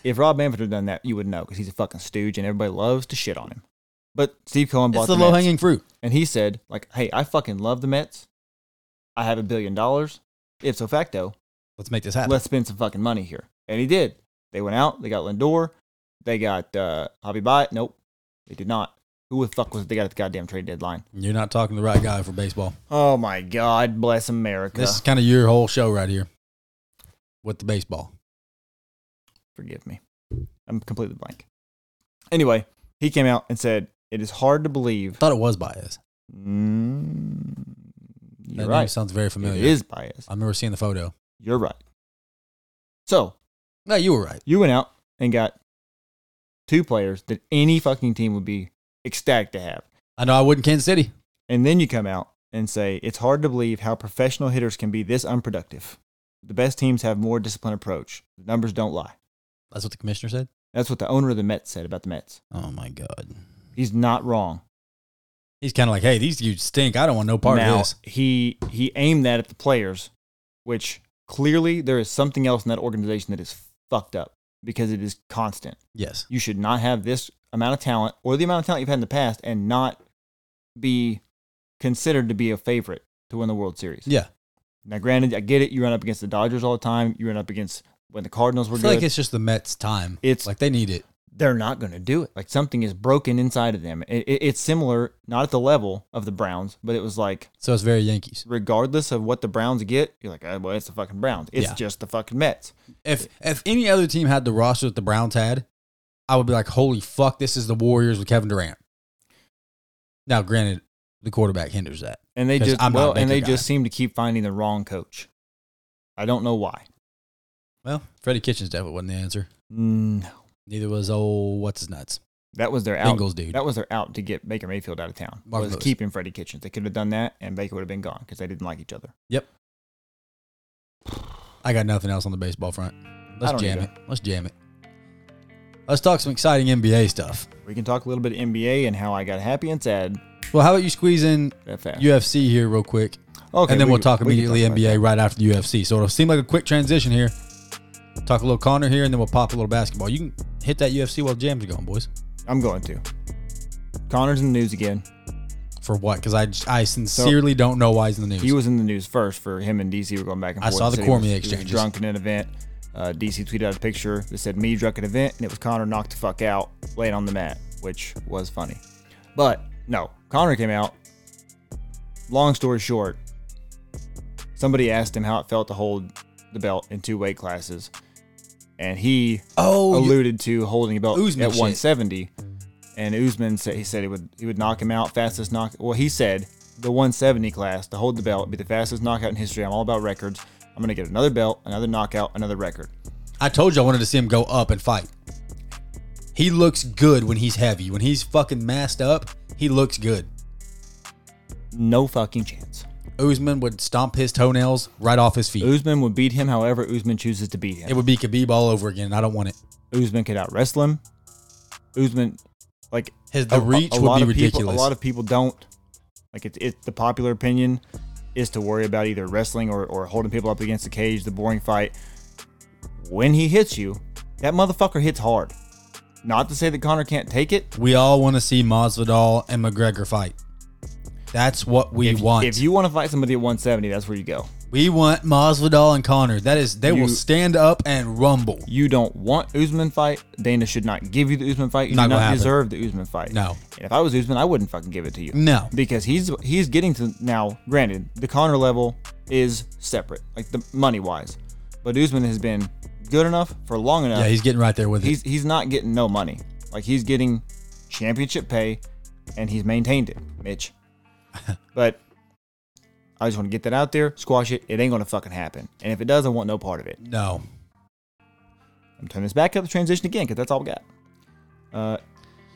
if Rob Manfred had done that, you would know because he's a fucking stooge and everybody loves to shit on him. But Steve Cohen bought
it's the
Mets.
low hanging fruit.
And he said, like, hey, I fucking love the Mets. I have a billion dollars. Ipso facto,
Let's make this happen.
let's spend some fucking money here. And he did. They went out, they got Lindor, they got uh Hobby Buy. Nope. They did not. Who the fuck was it they got at the goddamn trade deadline?
You're not talking to the right guy for baseball.
Oh my god, bless America.
This is kind of your whole show right here with the baseball.
Forgive me. I'm completely blank. Anyway, he came out and said, It is hard to believe.
thought it was bias.
Mm,
That
you're
name
right.
sounds very familiar.
It is biased.
I remember seeing the photo.
You're right. So,
No, you were right.
you went out and got two players that any fucking team would be ecstatic to have.
I know I would in Kansas City.
And then you come out and say, it's hard to believe how professional hitters can be this unproductive. The best teams have more disciplined approach. The numbers don't lie.
That's what the commissioner said.
That's what the owner of the Mets said about the Mets.
Oh my god.
He's not wrong.
He's kind of like, hey, these dudes stink. I don't want no part
now,
of this.
he he aimed that at the players, which clearly there is something else in that organization that is fucked up. because it is constant.
Yes.
You should not have this amount of talent or the amount of talent you've had in the past and not be considered to be a favorite to win the World Series.
Yeah.
Now, granted, I get it. You run up against the Dodgers all the time. You run up against when the Cardinals
I
were
feel
good.
like it's just the Mets' time.
It's-
like they need it.
they're not going to do it. Like something is broken inside of them. It, it, it's similar, not at the level of the Browns, but it was like
So it's very Yankees.
regardless of what the Browns get, you're like, oh, well, it's the fucking Browns. It's
Yeah.
just the fucking Mets.
If if any other team had the roster that the Browns had, I would be like, holy fuck, this is the Warriors with Kevin Durant. Now, granted, the quarterback hinders that.
And they
'Cause
just
I'm not a
well, and
Baker
they
guy.
just seem to keep finding the wrong coach. I don't know why.
Well, Freddie Kitchens definitely wasn't the answer.
No,
Neither was old what's his nuts
Mm, that was their out.
Bengals dude.
That was their out to get Baker Mayfield out of town.
Marvin
was
Lewis.
keeping Freddie Kitchens. They could have done that, and Baker would have been gone because they didn't like each other.
I got nothing else on the baseball front.
I
Let's
don't
jam
either.
it. Let's jam it. Let's talk some exciting NBA stuff.
We can talk a little bit of NBA and how I got happy and sad
Well, how about you squeeze in
that fast.
UFC here real quick,
okay,
and then
we
we'll
can-
talk
we can
immediately
about that.
NBA right after the UFC. So it'll seem like a quick transition here. Talk a little Connor here, and then we'll pop a little basketball. You can hit that UFC while jams are going, boys.
I'm going to. Connor's in the news again.
For what? Because I, j- I sincerely don't know why he's in the news.
He was in the news first for him and DC were going back and
I
forth.
saw the
Said he was-
Cormier
he was
exchanges.
drunk in an event. Uh, DC tweeted out a picture that said me drunk at an event, and it was Connor knocked the fuck out, laying on the mat, which was funny. But no, Connor came out. Long story short, somebody asked him how it felt to hold the belt in two weight classes, and he
oh, you-
alluded to holding a belt
Usman
at
shit.
170, and Usman said he said he would he would knock him out fastest knock. Well, he said the 170 class to hold the belt would be the fastest knockout in history. I'm all about records. I'm gonna get another belt, another knockout, another record.
I told you I wanted to see him go up and fight. He looks good when he's heavy. When he's fucking masked up, he looks good.
No fucking chance.
Usman would stomp his toenails right off his feet.
Usman would beat him however Usman chooses to beat
It
him.
would be Khabib all over again, and I don't want it.
Usman could out wrestle him. Usman, like
His the reach would be
of people-
ridiculous.
a lot of people don't like it's it's the popular opinion is to worry about either wrestling or, or holding people up against the cage, the boring fight. When he hits you, that motherfucker hits hard. Not to say that Connor can't take it.
we all want to see Masvidal and McGregor fight. That's what we
If,
want.
if you want to fight somebody at 170, that's where you go.
we want Masvidal and Connor. That is, they
You-
will stand up and rumble.
You don't want Usman fight. Dana should not give you the Usman fight. You
Not
do
gonna
not
happen.
deserve the Usman fight.
No.
And if I was Usman, I wouldn't fucking give it to you.
No,
because he's he's getting to now. Granted, the Connor level is separate, like the money wise, but Usman has been good enough for long enough.
yeah, he's getting right there with it.
he's he's not getting no money. Like he's getting championship pay, and he's maintained it, Mitch. but I just want to get that out there, squash it. It ain't gonna fucking happen. And if it does, I want no part of it.
No,
I'm turning this back up the transition again because that's all we got. Uh,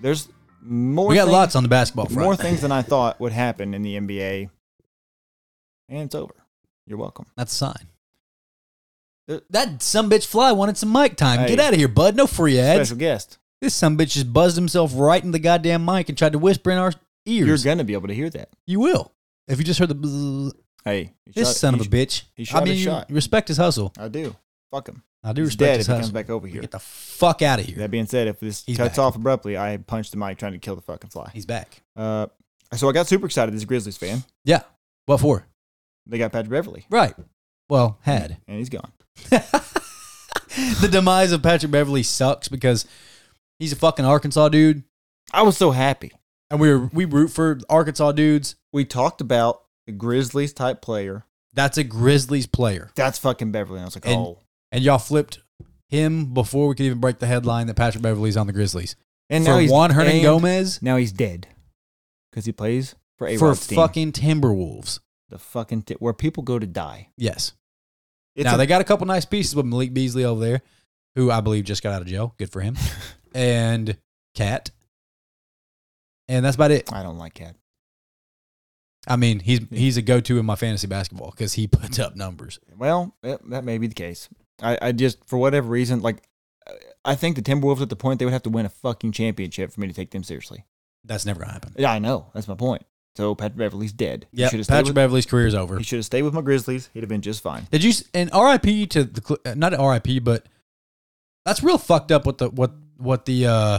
there's more.
we got
things-
lots on the basketball front.
more things than I thought would happen in the NBA. And it's over. You're welcome.
That's a sign.
Uh,
That some bitch fly wanted some mic time. Get
Hey.
out of here, bud. No free ads.
Special guest.
This some bitch just buzzed himself right in the goddamn mic and tried to whisper in our ears.
You're going to be able to hear that.
you will. If you just heard the bzzz,
Hey, he
this
shot-
son
he
of a
sh-
bitch.
he shot
I mean,
his shot.
respect his hustle.
I do. Fuck him.
I do
He's
respect
dead if
his
he comes
hustle.
back over here.
Get the fuck out of here.
That being said, if this
He's
cuts
back.
off abruptly, I punch the mic trying to kill the fucking fly.
He's back.
Uh, so I got super excited as a Grizzlies fan.
Yeah. What for?
They got Patrick Beverly,
Right. Well, had.
and he's gone.
the demise of Patrick Beverly sucks because he's a fucking Arkansas dude.
I was so happy.
And we were, we root for Arkansas dudes.
We talked about the Grizzlies type player.
That's a Grizzlies player.
That's fucking Beverly. And I was like,
And-
oh.
And y'all flipped him before we could even break the headline that Patrick Beverly's on the Grizzlies.
And
for Juan Hernan
and
Gomez
Now he's dead because he plays for a
for
team.
fucking Timberwolves.
the fucking t- where people go to die.
Yes.
It's
now
a-
they got a couple nice pieces with Malik Beasley over there, who I believe just got out of jail. Good for him. and Cat. And that's about it.
I don't like Cat.
I mean, he's he's a go-to in my fantasy basketball because he puts up numbers.
Well, that, that may be the case. I, I just for whatever reason, like I think the Timberwolves at the point they would have to win a fucking championship for me to take them seriously.
That's never gonna happen.
Yeah, I know. That's my point. So Patrick Beverly's dead. He
Yeah,
should've
Patrick
stayed with-
Beverly's career is over.
He should have stayed with my Grizzlies. He'd have been just fine.
Did you s- and RIP to the Cl- uh, not RIP, but That's real fucked up. What the what what the uh,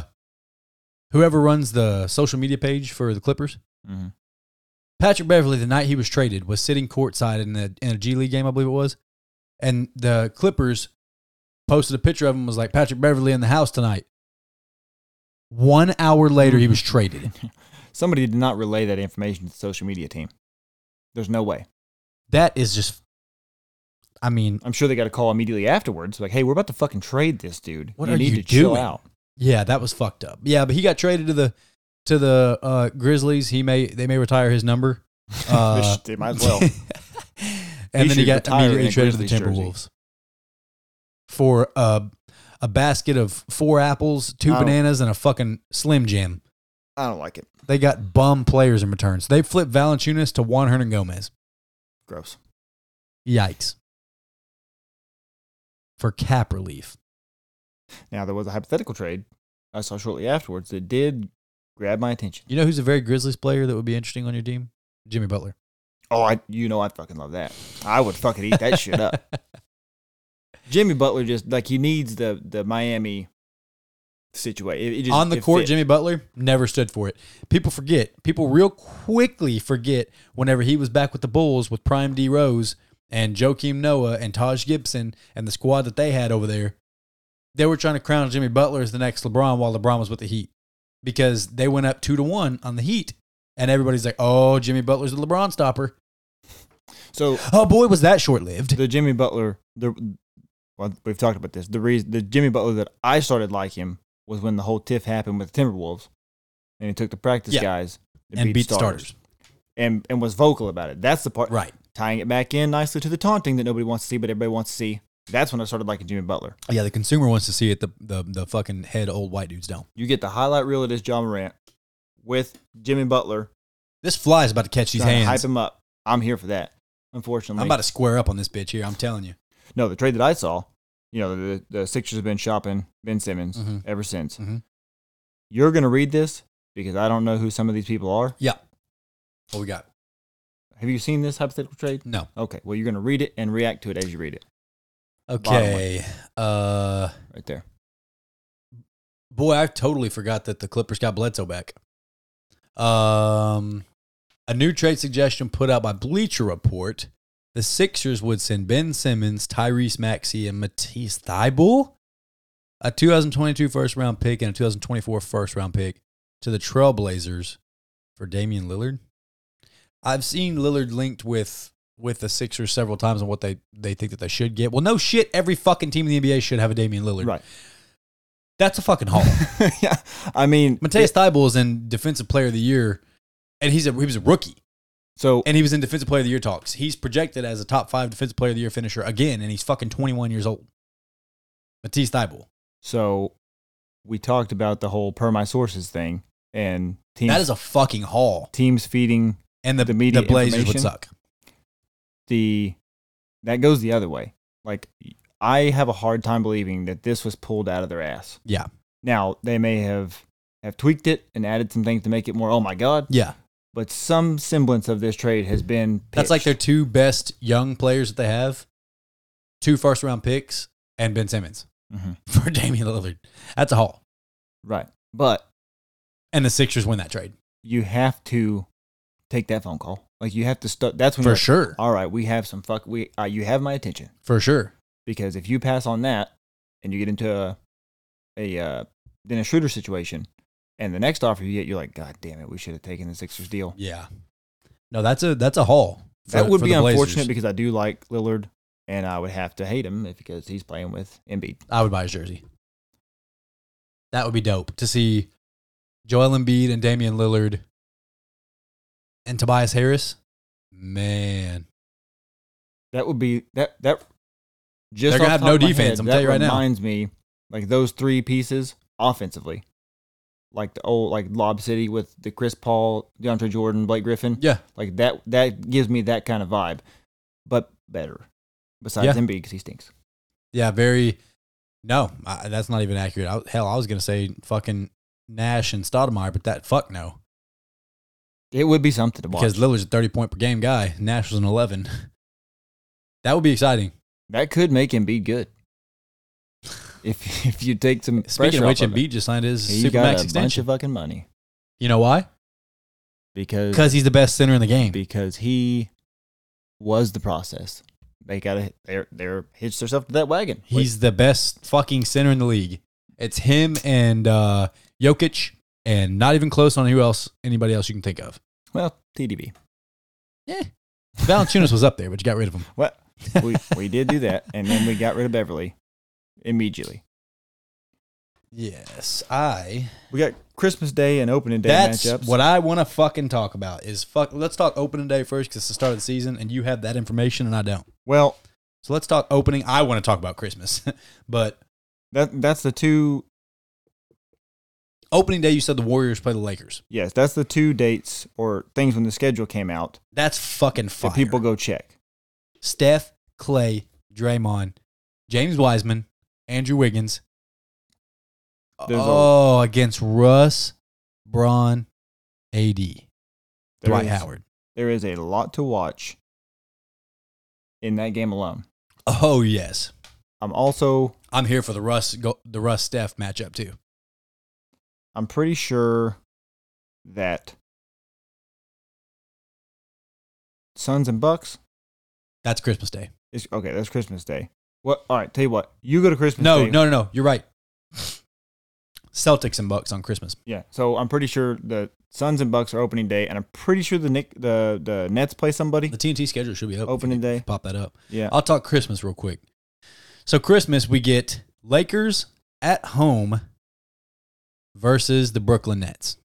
whoever runs the social media page for the Clippers,
hmm
Patrick Beverly, the night he was traded, was sitting courtside in the in a G League game, I believe it was, and the Clippers posted a picture of him was like Patrick Beverly in the house tonight. One hour later, he was traded.
Somebody did not relay that information to the social media team. There's no way.
That is just, I mean,
I'm sure they got a call immediately afterwards, like, "Hey, we're about to fucking trade this dude.
What
you
are
need
you
to chill
doing?"
out."
Yeah, that was fucked up. Yeah, but he got traded to the to the uh, Grizzlies. He may they may retire his number. Uh,
they might as well.
and then he
should
got
retire in
immediately
a
traded to the
Grizzlies jersey.
Timberwolves for uh, a basket of four apples, two
I don't-
bananas, and a fucking Slim Jim.
I don't like it.
They got bum players in return. So they flipped Valanciunas to Juan Hernan Gomez.
Gross.
Yikes. For cap relief.
Now there was a hypothetical trade I saw shortly afterwards that did grab my attention.
You know who's a very Grizzlies player that would be interesting on your team? Jimmy Butler.
Oh, I you know I fucking love that. I would fucking eat that shit up. Jimmy Butler just like he needs the the Miami situation. It, it just,
on the
it
court,
fit.
Jimmy Butler never stood for it. People forget. People real quickly forget whenever he was back with the Bulls with Prime D Rose and Joakim Noah and Taj Gibson and the squad that they had over there. They were trying to crown Jimmy Butler as the next LeBron while LeBron was with the Heat because they went up two to one on the Heat. And everybody's like, oh, Jimmy Butler's the LeBron stopper.
So
Oh, boy, was that short lived.
the Jimmy Butler, the well, we've talked about this. The reason the Jimmy Butler that I started like him was when the whole tiff happened with the Timberwolves, and he took the practice
Yeah.
guys
And beat the starters.
and and was vocal about it. That's the part
Right.
tying it back in nicely to the taunting that nobody wants to see, but everybody wants to see. That's when I started liking Jimmy Butler.
Yeah, the consumer wants to see it. The, the, the fucking head old white dudes don't.
You get the highlight reel of this John Morant with Jimmy Butler
This fly is about to catch these
trying to
hands.
hype him up. I'm here for that. Unfortunately,
I'm about to square up on this bitch here. I'm telling you.
no, the trade that I saw, you know, the, the Sixers have been shopping Ben Simmons
Mhm.
ever since.
Mhm.
You're going to read this because I don't know who some of these people are.
Yeah. What we got?
Have you seen this hypothetical trade?
No.
Okay, well, you're going to read it and react to it as you read it
Okay. Uh,
right there.
boy, I totally forgot that the Clippers got Bledsoe back. Um, a new trade suggestion put out by Bleacher Report: the Sixers would send Ben Simmons, Tyrese Maxey, and Matisse Thybulle, a 2022 first round pick and a 2024 first round pick, to the Trailblazers for Damian Lillard. I've seen Lillard linked with with the Sixers several times on what they they think that they should get. Well, no shit, every fucking team in the NBA should have a Damian Lillard.
Right.
That's a fucking haul.
yeah, I mean,
Mateus Thibault is in Defensive Player of the Year, and he's a he was a rookie,
so
and he was in Defensive Player of the Year talks. He's projected as a top five Defensive Player of the Year finisher again, and he's fucking twenty one years old. Matisse Thibault.
so we talked about the whole per my sources thing and teams
That is a fucking haul,
teams feeding
and the
The media
the Blazers would
information?
suck.
the that goes the other way. Like I have a hard time believing that this was pulled out of their ass.
Yeah.
Now they may have have tweaked it and added some things to make it more. Oh my god!
Yeah,
But some semblance of this trade has been.
that's like their
pitched.
two best young players that they have, two first round picks, and Ben Simmons
Mhm.
for Damian Lillard. That's a haul,
right. But
and the Sixers win that trade
you have to take that phone call. Like you have to. Stu- that's when
for
you're like,
sure,
All right, we have some fuck. We uh, you have my attention.
for sure.
because if you pass on that and you get into a, a uh, Dennis Schroeder situation, and the next offer you get, you're like, God damn it, we should have taken the Sixers deal.
Yeah, no, that's a that's a haul. for-
that would
for
be
the Blazers.
unfortunate because I do like Lillard, and I would have to hate him if, because he's playing with Embiid.
I would buy his jersey. That would be dope to see Joel Embiid and Damian Lillard and Tobias Harris. Man,
That would be that that. Just
They're gonna
off
have
the top
no
of my
defense,
head,
I'm
that
telling you right now.
Reminds me like those three pieces offensively, like the old like Lob City with the Chris Paul, DeAndre Jordan, Blake Griffin.
yeah,
Like that that gives me that kind of vibe, but better. Besides
Yeah.
Embiid because he stinks.
yeah, very. No, I, that's not even accurate. I, hell, I was gonna say fucking Nash and Stoudemire, but that fuck no,
It would be something to watch.
because Lillard's a thirty point per game guy. Nash was an eleven. That would be exciting.
that could make Embiid good. if if you take some
Speaking
pressure
of which,
off of it,
Embiid just signed his
you got
supermax
a bunch
extension.
of fucking money
you know why?
because
Because he's the best center in the game.
because he was the process. They gotta they're they're hitch themselves to that wagon.
He's the best fucking center in the league. It's him and uh, Jokic, and not even close on who else, anybody else you can think of.
well, TDB.
Valanciunas was up there, but you got rid of him.
What we we did do that, and then we got rid of Beverly immediately.
Yes, I.
We got Christmas Day and opening day
That's
matchups.
what I want to fucking talk about. Is fuck. Let's talk opening day first because it's the start of the season, and you have that information, and I don't.
well,
So let's talk opening. I want to talk about Christmas, but
that that's the two.
opening day, you said the Warriors play the Lakers.
Yes, that's the two dates or things when the schedule came out
That's fucking fire.
that people go check.
Steph, Clay, Draymond, James Wiseman, Andrew Wiggins.
There's a-
oh, against Russ, Braun, AD,
There
Dwight
is-
Howard.
There is a lot to watch in that game alone.
Oh yes,
I'm also
I'm here for the Russ go, the Russ Steph matchup too.
I'm pretty sure that Suns and Bucks
That's Christmas Day.
is okay. That's Christmas Day. What? All right. Tell you what. You go to Christmas.
No,
Day.
no, no, no. You're right. Celtics and Bucks on Christmas.
Yeah. So I'm pretty sure the Suns and Bucks are opening day, and I'm pretty sure the Nick the the Nets play somebody
The TNT schedule should be up.
opening day.
Pop that up.
Yeah.
I'll talk Christmas real quick. So Christmas we get Lakers at home versus the Brooklyn Nets.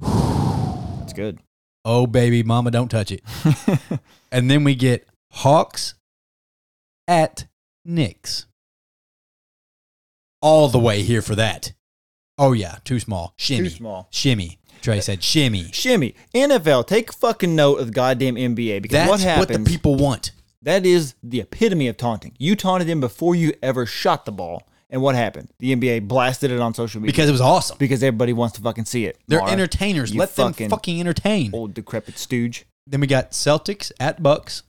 That's good.
Oh baby, mama don't touch it. And then we get Hawks at Knicks. All the way here for that. Oh yeah, too small. Shimmy.
Too small.
Shimmy. Trey said shimmy.
Shimmy, NFL, take fucking note of the goddamn NBA because
That's
what happens?
what the people want.
that is the epitome of taunting. You taunted him before you ever shot the ball, and what happened? The NBA blasted it on social media
Because it was awesome.
because everybody wants to fucking see it.
They're
Mara.
entertainers.
you
Let
fucking-
them fucking entertain.
Old decrepit stooge.
Then we got Celtics at Bucks.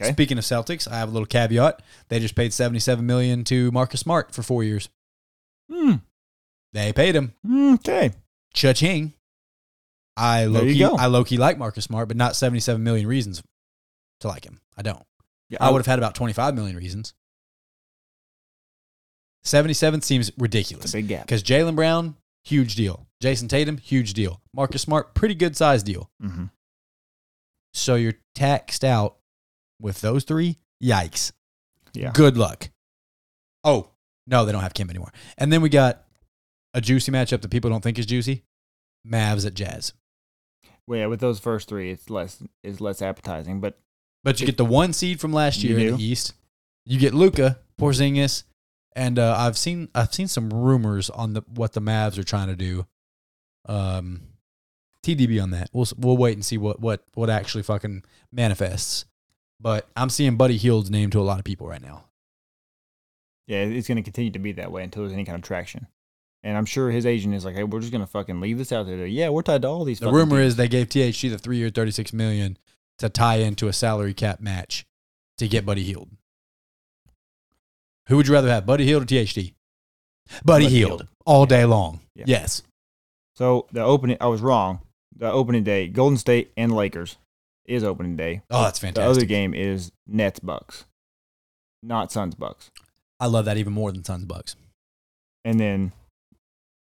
Okay.
Speaking of Celtics, I have a little caveat. They just paid seventy-seven million to Marcus Smart for four years.
Hmm.
They paid him.
Okay.
Cha-ching. I
There
low
you
key,
go.
I low key like Marcus Smart, but not seventy-seven million reasons to like him. I don't.
Yeah,
I would have had about twenty-five million reasons. Seventy-seven seems
It's
ridiculous
a big gap.
because Jalen Brown, huge deal. Jason Tatum, huge deal. Marcus Smart, pretty good size deal.
hmm
So you're taxed out with those three. Yikes.
Yeah.
Good luck. Oh, no, they don't have Kim anymore. And then we got a juicy matchup that people don't think is juicy Mavs at Jazz.
Well, yeah, with those first three, it's less it's less appetizing. But
But you get the one seed from last
You
year in
do.
the East. You get Luca, Porzingis, and uh, I've seen I've seen some rumors on the what the Mavs are trying to do. Um, TDB on that. We'll s- we'll wait and see what what what actually fucking manifests. But I'm seeing Buddy Hield's name to a lot of people right now.
yeah, it's going to continue to be that way until there's any kind of traction. And I'm sure his agent is like, "Hey, we're just going to fucking leave this out there." They're, Yeah, we're tied to all these.
The rumor is they gave THC the three year thirty six million to tie into a salary cap match to get Buddy Healed. Who would you rather have, Buddy Healed or THD? Buddy,
Buddy
Healed,
Hield.
all day long.
Yeah.
Yes.
so the opening. I was wrong. The opening day, Golden State and Lakers, is opening day.
Oh, that's
The other
fantastic.
game is Nets Bucks, not Suns Bucks.
I love that even more than Suns Bucks
And then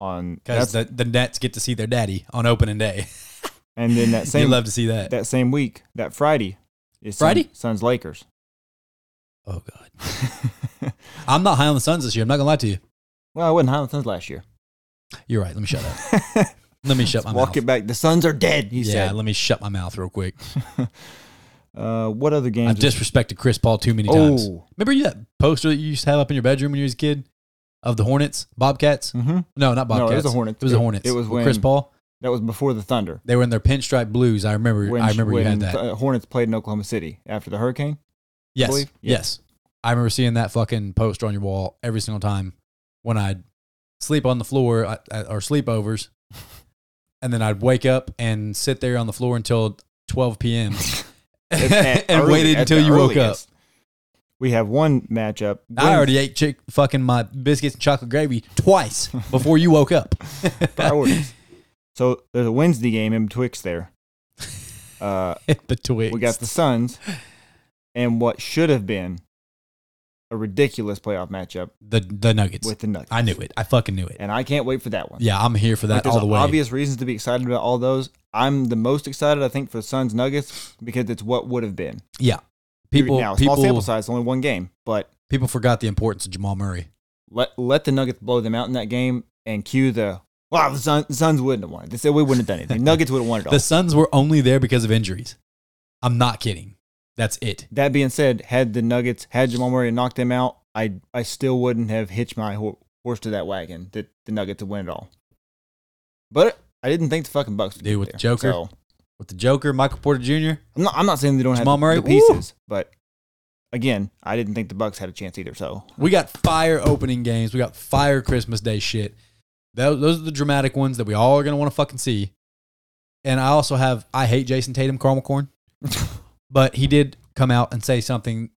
on
because the, the Nets get to see their daddy on opening day.
and then that
you
same
love to see that.
that same week, that Friday is Sun-
Friday?
Suns Lakers.
Oh God, I'm not high on the Suns this year. I'm not gonna lie to you.
well, I wasn't high on the Suns last year.
You're right. Let me shut up. Let me shut my
Walk
mouth.
it back. The Suns are dead. He
yeah, let me shut my mouth real quick.
said. Uh, what other games?
I've
are-
disrespected Chris Paul too many times.
oh,
Remember you that poster that you used to have up in your bedroom when you was a kid of the Hornets, Bobcats?
hmm
No, not
No, it was
Bobcats.
the Hornets.
It was the Hornets.
It was
with Chris
when-
Paul.
that was before the Thunder.
They were in their pinstripe blues. I remember. I remember
when
you had that.
Th- Hornets played in Oklahoma City after the hurricane.
yes,
believe? Yeah.
yes. I remember seeing that fucking poster on your wall every single time when I'd sleep on the floor uh, uh, or sleepovers, and then I'd wake up and sit there on the floor until 12 p.m.
At- at
and
early-
waited
at
until
the
you woke up.
earliest. We have one matchup.
I already ate chick fucking my biscuits and chocolate gravy twice before you woke up.
priorities. so there's a Wednesday game in betwixt there. Uh,
Betwixt.
we got the Suns and what should have been a ridiculous playoff matchup
the the Nuggets.
with the Nuggets.
I knew it. I fucking knew it.
and I can't wait for that one.
Yeah, I'm here for
But
that
there's
all the way.
obvious reasons to be excited about all those. I'm the most excited, I think, for the Suns Nuggets because it's what would have been.
yeah, people
now small sample
people
size, only one game, but
people forgot the importance of Jamal Murray.
let let the Nuggets blow them out in that game and cue the wow the Sun, Suns wouldn't have won it. They said we wouldn't have done anything. Nuggets would have won it all.
The Suns were only there because of injuries. I'm not kidding. That's it.
That being said, had the Nuggets had Jamal Murray and knocked them out, I I still wouldn't have hitched my ho- horse to that wagon that the Nuggets would win it all. But I didn't think the fucking Bucks would
Dude,
get
with the
there.
Joker.
So,
With the Joker, Michael Porter Jr.
I'm not I'm not saying they don't
Jamal
have the,
Murray,
the pieces, but again, I didn't think the Bucks had a chance either. So
We got fire opening games. We got fire Christmas Day shit. Tho- Those are the dramatic ones that we all are gonna want to fucking see. And I also have I hate Jason Tatum caramel corn, but he did come out and say something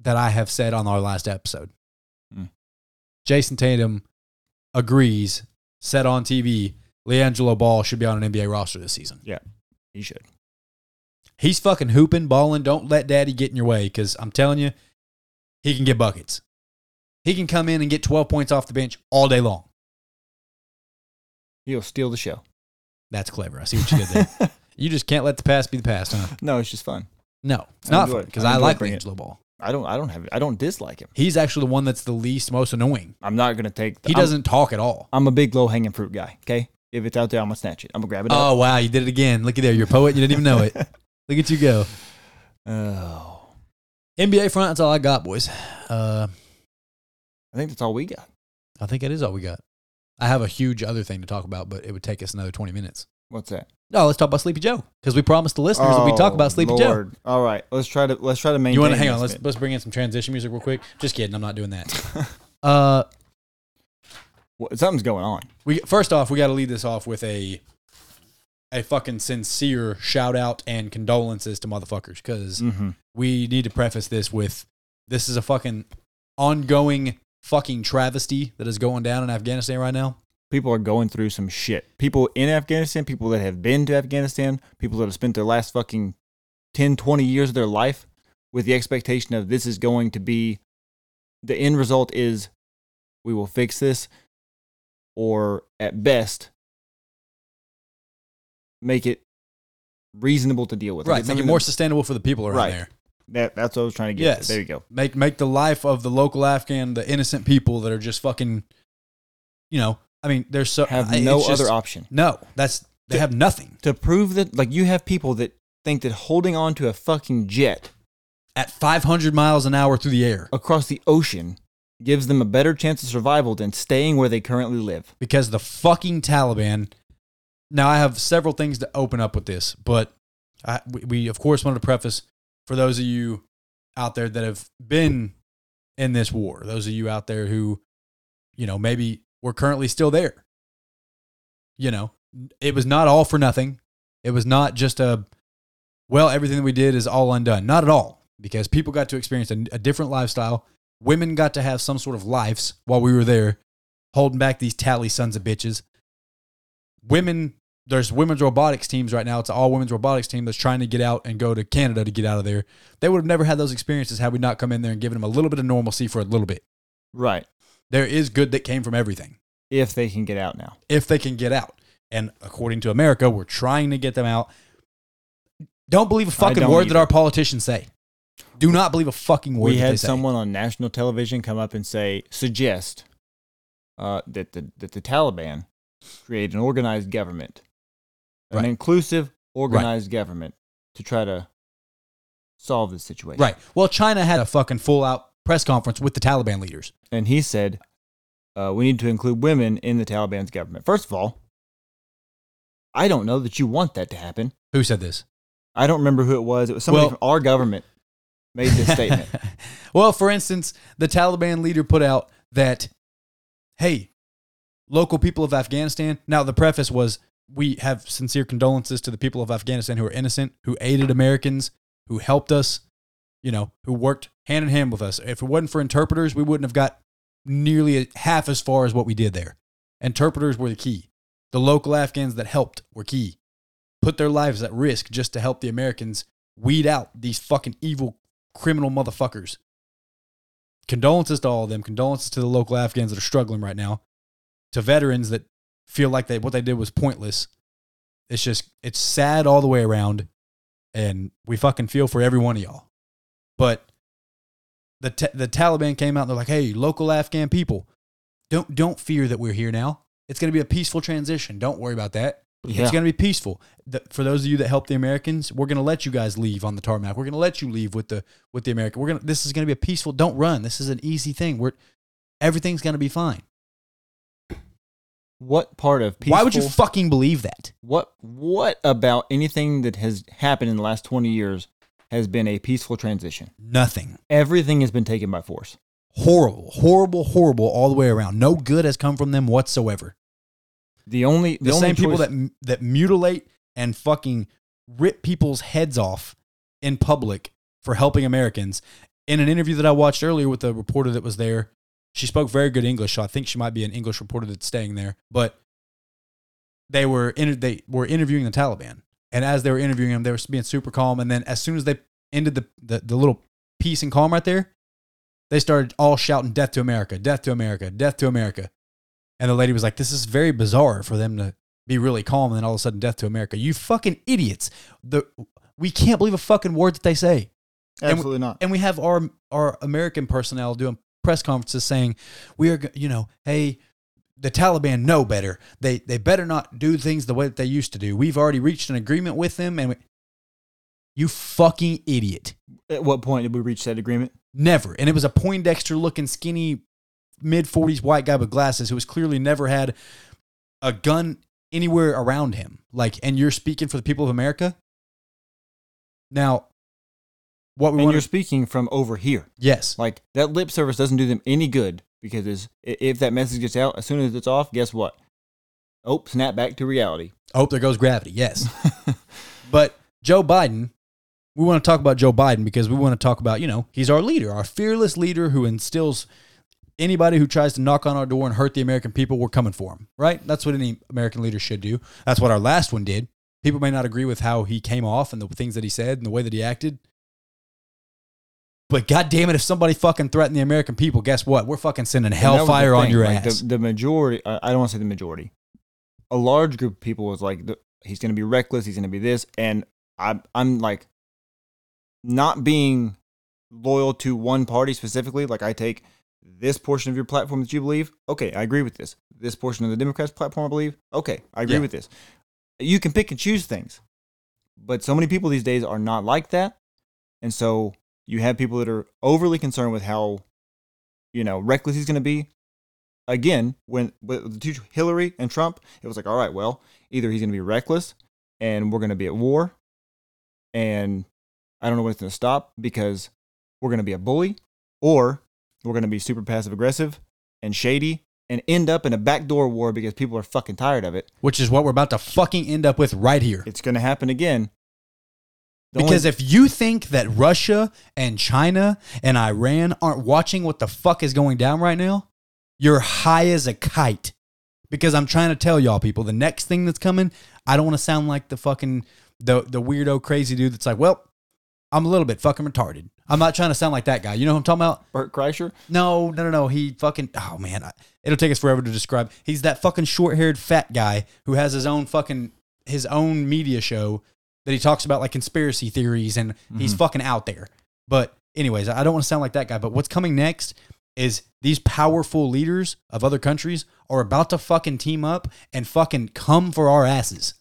that I have said on our last episode.
Mm.
Jason Tatum agrees. Said on TV, LiAngelo Ball should be on an NBA roster this season.
he should.
He's fucking hooping, balling. Don't let daddy get in your way because I'm telling you, he can get buckets. He can come in and get 12 points off the bench all day long.
He'll steal the show.
That's clever. I see what you did there. you just can't let the past be the past, huh?
no, it's just fun.
No, it's
I
not
enjoy
fun
it.
because
I
I,
enjoy
like
bringing it.
D'Angelo Ball.
I don't I don't have I don't dislike him.
He's actually the one that's the least, most annoying.
I'm not gonna take the,
He
I'm-
doesn't talk at all.
I'm a big low hanging fruit guy. Okay, if it's out there, I'm gonna snatch it. I'm gonna grab it up.
Oh, wow. You did it again. Look at there. You're a poet. You didn't even Oh, know it. Look at you go.
Oh,
NBA front, that's all I got, boys. Uh,
I think that's all we got.
I think that is all we got. I have a huge other thing to talk about, but it would take us another 20 minutes.
What's that?
No, let's talk about Sleepy Joe because we promised the listeners that we talk about Sleepy Joe.
Joe. Oh, All right, let's try to let's try to maintain.
You want to hang
this
on? Let's
bit.
let's bring in some transition music real quick. Just kidding, I'm not doing that. Uh,
Well, something's going on.
we first off, we got to lead this off with a a fucking sincere shout out and condolences to motherfuckers because
Mm-hmm.
we need to preface this with this is a fucking ongoing fucking travesty that is going down in Afghanistan right now.
People are going through some shit. People in Afghanistan, people that have been to Afghanistan, people that have spent their last fucking 10, 20 years of their life with the expectation of this is going to be the end result is we will fix this or at best make it reasonable to deal with. Like,
Right,
it's
make it
something
more
that-
sustainable for the people around
Right.
there.
That, that's what I was trying to get. at.
Yes.
There you go.
make make the life of the local Afghan, the innocent people that are just fucking, you know, I mean, they're so
Have
I-
no
it's just-
other option.
No, that's they have nothing
To prove that, like, you have people that think that holding on to a fucking jet
at 500 miles an hour through the air
across the ocean gives them a better chance of survival than staying where they currently live.
because the fucking Taliban. Now I have several things to open up with this, but I, we, we of course wanted to preface for those of you out there that have been in this war, those of you out there who, you know, maybe were currently still there. You know, it was not all for nothing. It was not just a, well, everything that we did is all undone. Not at all, because people got to experience a, a different lifestyle. Women got to have some sort of lives while we were there, holding back these tally sons of bitches. Women, there's women's robotics teams right now. It's an all women's robotics team that's trying to get out and go to Canada to get out of there. They would have never had those experiences had we not come in there and given them a little bit of normalcy for a little bit.
Right.
There is good that came from everything
If they can get out now.
if they can get out. And according to America, we're trying to get them out. Don't believe a fucking
don't
word that
either.
our politicians say. Do not believe a fucking word
we
that they
had
say.
someone on national television come up and say, suggest uh, that, the, that the Taliban create an organized government, an
Right.
inclusive, organized government to try to solve this situation.
Right. Well, China had a fucking full out press conference with the Taliban leaders.
and he said, uh, "We need to include women in the Taliban's government." First of all, I don't know that you want that to happen.
Who said this?
I don't remember who it was. It was somebody
Well-
from our government made this statement.
well, for instance, the Taliban leader put out that, hey, local people of Afghanistan. Now, the preface was we have sincere condolences to the people of Afghanistan who are innocent, who aided Americans, who helped us, you know, who worked hand in hand with us. If it wasn't for interpreters, we wouldn't have got nearly a- half as far as what we did there. Interpreters were the key. The local Afghans that helped were key. Put their lives at risk just to help the Americans weed out these fucking evil criminal motherfuckers. Condolences to all of them. Condolences to the local Afghans that are struggling right now. To veterans that feel like they what they did was pointless. It's just it's sad all the way around, and we fucking feel for every one of y'all. But the ta- the Taliban came out. and They're like, hey, local Afghan people, don't don't fear that we're here now. It's going to be a peaceful transition. Don't worry about that.
Yeah.
It's going to be peaceful. The, for those of you that help the Americans, we're going to let you guys leave on the tarmac. We're going to let you leave with the with the American. We're going to this is going to be a peaceful. Don't run. This is an easy thing. We're everything's going to be fine.
What part of peaceful?
Why would you fucking believe that?
what What about anything that has happened in the last twenty years has been a peaceful transition?
Nothing.
Everything has been taken by force.
Horrible, horrible, horrible all the way around. No good has come from them whatsoever.
The only the,
The,
only
same people
choice-
that m- that mutilate and fucking rip people's heads off in public for helping Americans. In an interview that I watched earlier with a reporter that was there, she spoke very good English, so I think she might be an English reporter that's staying there. But they were inter- they were interviewing the Taliban, and as they were interviewing them, they were being super calm. And then as soon as they ended the the, the little peace and calm right there, they started all shouting "Death to America! Death to America! Death to America!" And the lady was like, "This is very bizarre for them to be really calm, and then all of a sudden, death to America! You fucking idiots! The we can't believe a fucking word that they say." and we-
absolutely not.
and we have our our American personnel doing press conferences saying we are go- you know hey the Taliban know better they they better not do things the way that they used to do we've already reached an agreement with them and we, you fucking idiot
At what point did we reach that agreement?
never and it was a Poindexter looking skinny mid 40s white guy with glasses who has clearly never had a gun anywhere around him like and you're speaking for the people of America now what we
And
want
you're
to
speaking from over here.
yes
Like that lip service doesn't do them any good because it's, i- if that message gets out, as soon as it's off, guess what? Oh, snap back to reality.
I hope Oh, there goes gravity. Yes. but Joe Biden, we want to talk about Joe Biden because we want to talk about, you know, he's our leader, our fearless leader who instills anybody who tries to knock on our door and hurt the American people, we're coming for him, right? That's what any American leader should do. That's what our last one did. People may not agree with how he came off and the things that he said and the way that he acted. But God damn it, if somebody fucking threatened the American people, guess what? We're fucking sending
And that was the
hellfire on
thing,
your
like,
ass.
The, the majority, I I don't want to say the majority, a large group of people was like, the- he's going to be reckless. He's going to be this. And I, I'm like, not being loyal to one party specifically, like I take this portion of your platform that you believe. Okay, I agree with this. This portion of the Democrats' platform, I believe. Okay, I agree
Yeah.
with this. You can pick and choose things. But so many people these days are not like that. And so you have people that are overly concerned with how, you know, reckless he's going to be. Again, when with the two Hillary and Trump, it was like, all right, well, either he's going to be reckless and we're going to be at war and I don't know when it's going to stop because we're going to be a bully or we're going to be super passive aggressive and shady and end up in a backdoor war because people are fucking tired of it.
which is what we're about to fucking end up with right here.
It's going to happen again. The only-
Because if you think that Russia and China and Iran aren't watching what the fuck is going down right now, you're high as a kite. Because I'm trying to tell y'all people, the next thing that's coming, I don't want to sound like the fucking the the weirdo crazy dude that's like, well, I'm a little bit fucking retarded. I'm not trying to sound like that guy. You know who I'm talking about?
Bert Kreischer,
No, no, no, no. He fucking. Oh man, I, it'll take us forever to describe. He's that fucking short-haired fat guy who has his own fucking his own media show that he talks about like conspiracy theories, and he's
Mm-hmm.
fucking out there. But anyways, I don't want to sound like that guy. But what's coming next is these powerful leaders of other countries are about to fucking team up and fucking come for our asses.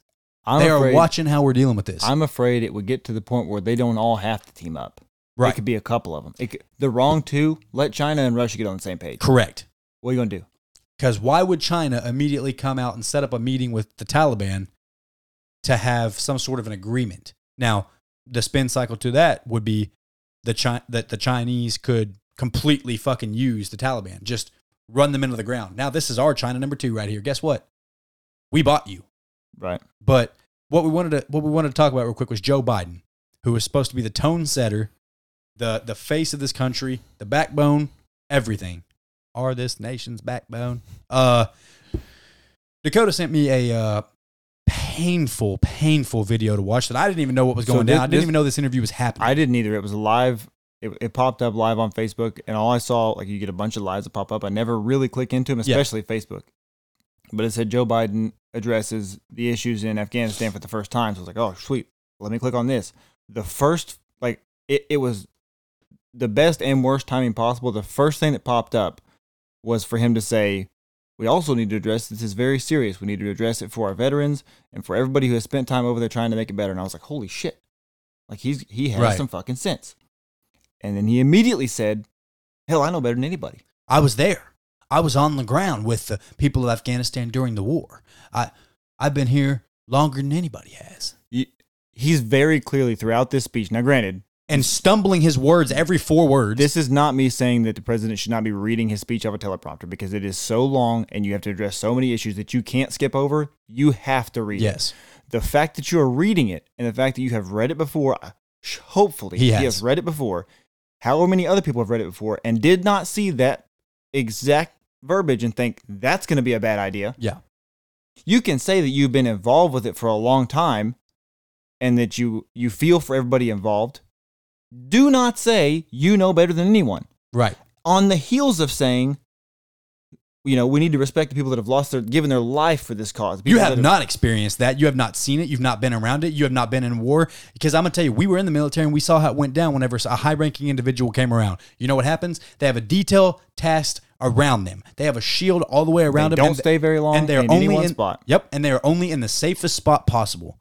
I'm
they
afraid,
are watching how we're dealing with this.
I'm afraid it would get to the point where they don't all have to team up. It
right?
could be a couple of them. It could, the wrong two, let China and Russia get on the same page.
Correct.
What are you going to do?
Because why would China immediately come out and set up a meeting with the Taliban to have some sort of an agreement? Now, the spin cycle to that would be the Chi- that the Chinese could completely fucking use the Taliban, just run them into the ground. Now, this is our China number two right here. Guess what? We bought you.
Right.
But what we wanted to what we wanted to talk about real quick was Joe Biden, who was supposed to be the tone setter the the face of this country, the backbone, everything. Are this nation's backbone. Uh Dakota sent me a uh painful, painful video to watch that I didn't even know what was
So
going
this-
down. I didn't
this-
even know this interview was happening.
I didn't either. It was live. It, it popped up live on Facebook, and all I saw like you get a bunch of lives that pop up. I never really click into them,
Yeah.
especially Facebook. But it said Joe Biden addresses the issues in Afghanistan for the first time. So I was like, oh sweet, let me click on this. The first like it, it was the best and worst timing possible. The first thing that popped up was for him to say, we also need to address this is very serious. We need to address it for our veterans and for everybody who has spent time over there trying to make it better. And I was like, holy shit. Like he's he has
Right.
some fucking sense. And then he immediately said, Hell, I know better than anybody.
I was there. I was on the ground with the people of Afghanistan during the war. I I've been here longer than anybody has.
You- He's very clearly throughout this speech. Now, granted,
And stumbling his words every four words.
this is not me saying that the president should not be reading his speech off a teleprompter because it is so long and you have to address so many issues that you can't skip over. You have to read it.
yes.
The fact that you are reading it and the fact that you have read it before, uh, sh- hopefully,
He
he has.
has.
read it before. However, many other people have read it before and did not see that exact verbiage and think that's going to be a bad idea.
Yeah.
you can say that you've been involved with it for a long time and that you you feel for everybody involved do not say you know better than anyone
Right.
on the heels of saying you know we need to respect the people that have lost their given their life for this cause
You
People
have
that
not experienced that. You have not seen it. You've not been around it. You have not been in war. Because I'm going to tell you, we were in the military and we saw how it went down whenever a high ranking individual came around. You know what happens? They have a detail tasked around them, they have a shield all the way around
they
them.
don't
and-
stay very long
and they're
in
only
any one
in,
spot
Yep, and they're only in the safest spot possible.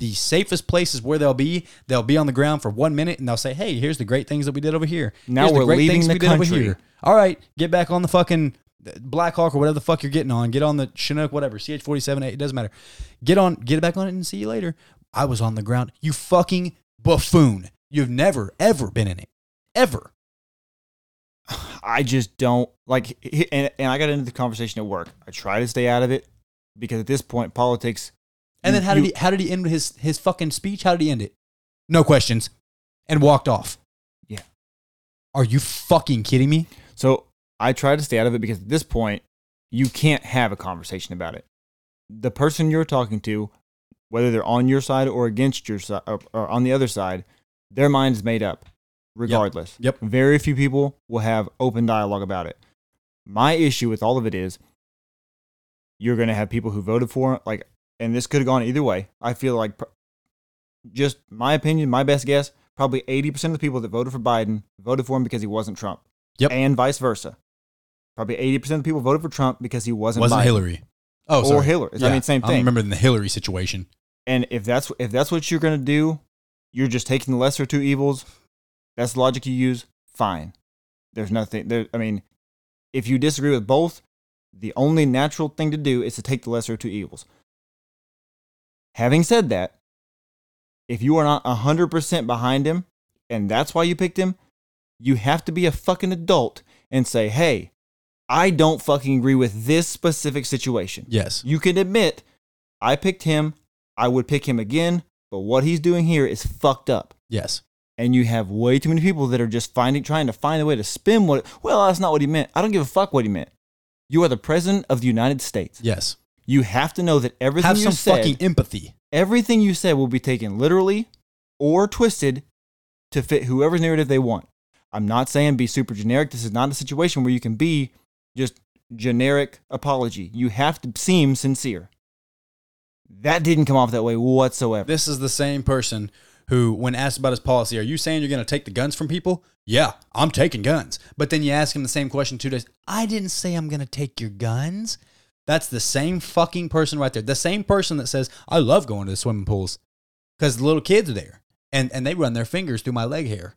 The safest place is where they'll be. They'll be on the ground for one minute, and they'll say, "Hey, here's the great things that we did over here.
Now
Here's
we're leaving the country."
All right, get back on the fucking Black Hawk or whatever the fuck you're getting on. Get on the Chinook, whatever CH forty seven eight. It doesn't matter. Get on, get back on it, and see you later. I was on the ground. You fucking buffoon. You've never ever been in it, ever.
i just don't like h- and, and i got into the conversation at work i try to stay out of it because at this point politics
And
You-
then how did
you-
he how did he end his his fucking speech? How did he end it? No questions, and walked off.
Yeah.
Are you fucking kidding me?
So I try to stay out of it because at this point, you can't have a conversation about it. The person you're talking to, whether they're on your side or against your side or, or on the other side, their mind is made up regardless.
Yep.
Very few people will have open dialogue about it. My issue with all of it is you're going to have people who voted for like and this could have gone either way. I feel like pr- just my opinion, my best guess, probably 80% of the people that voted for Biden voted for him because he wasn't Trump
Yep.
and vice versa. Probably 80% of the people voted for Trump because he wasn't,
Wasn't
Biden
Hillary? Oh,
or
sorry.
Hillary. I mean, same
I'm
thing.
remembering the Hillary situation.
and if that's if that's what you're going to do, you're just taking the lesser of two evils. That's the logic you use. Fine. There's nothing there I mean, if you disagree with both, the only natural thing to do is to take the lesser of two evils. Having said that, if you are not 100% behind him and that's why you picked him, you have to be a fucking adult and say, "Hey, I don't fucking agree with this specific situation."
Yes.
You can admit, I picked him. I would pick him again, but what he's doing here is fucked up.
Yes.
And you have way too many people that are just finding, trying to find a way to spin what. Well, that's not what he meant. I don't give a fuck what he meant. You are the president of the United States.
Yes.
You have to know that everything
Have
you
some
said,
fucking empathy.
everything you said, will be taken literally or twisted to fit whoever's narrative they want. I'm not saying be super generic. This is not a situation where you can be just generic apology. You have to seem sincere. That didn't come off that way whatsoever.
This is the same person who, when asked about his policy, are you saying you're going to take the guns from people? Yeah, I'm taking guns. But then you ask him the same question two days. I didn't say I'm going to take your guns. That's the same fucking person right there. The same person that says, I love going to the swimming pools because the little kids are there and, and they run their fingers through my leg hair.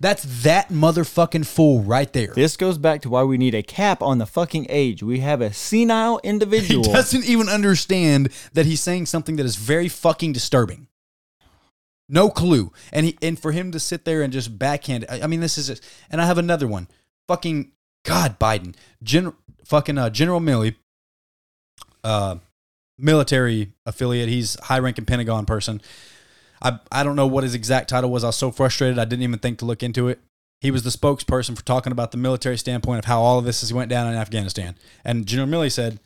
That's that motherfucking fool right there.
This goes back to why we need a cap on the fucking age. We have a senile
He
individual.
doesn't even understand that he's saying something that is very fucking disturbing. No clue. And he and for him to sit there and just backhand I, I mean this is just, and I have another one. Fucking God Biden. Gen, fucking uh, General Milley uh military affiliate. He's high ranking Pentagon person. I I don't know what his exact title was. I was so frustrated I didn't even think to look into it. He was the spokesperson for talking about the military standpoint of how all of this has went down in Afghanistan. And General Milley said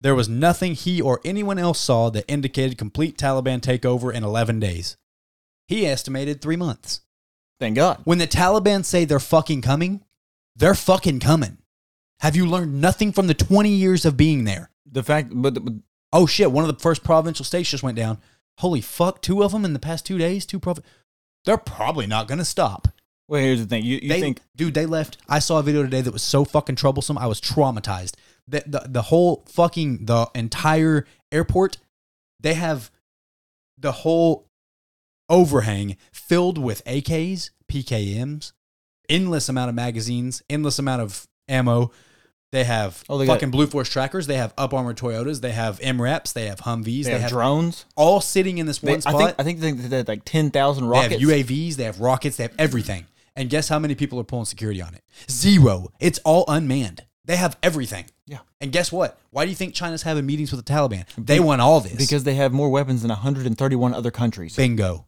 there was nothing he or anyone else saw that indicated complete Taliban takeover in 11 days. He estimated 3 months.
Thank God.
When the Taliban say they're fucking coming, they're fucking coming. Have you learned nothing from the 20 years of being there?
The fact, but, but
Oh shit, one of the first provincial states just went down. Holy fuck, two of them in the past 2 days, two prov They're probably not going to stop.
well, here's the thing. You, you
they,
think
dude, they left. I saw a video today that was so fucking troublesome. I was traumatized. The, the, the whole fucking, the entire airport, they have the whole overhang filled with AKs, PKMs, endless amount of magazines, endless amount of ammo. They have
Oh, they got-
fucking Blue Force trackers. They have up armored Toyotas. They have MRAPs. They have Humvees.
they,
They,
have,
have,
drones?
all sitting in this
They,
one
I
spot.
think I think they they had like ten thousand
They
rockets.
have UAVs, they have rockets, they have everything. And guess how many people are pulling security on it? Zero. It's all unmanned. They have everything.
Yeah.
And guess what? Why do you think China's having meetings with the Taliban? They want all this.
because they have more weapons than 131 other countries.
bingo.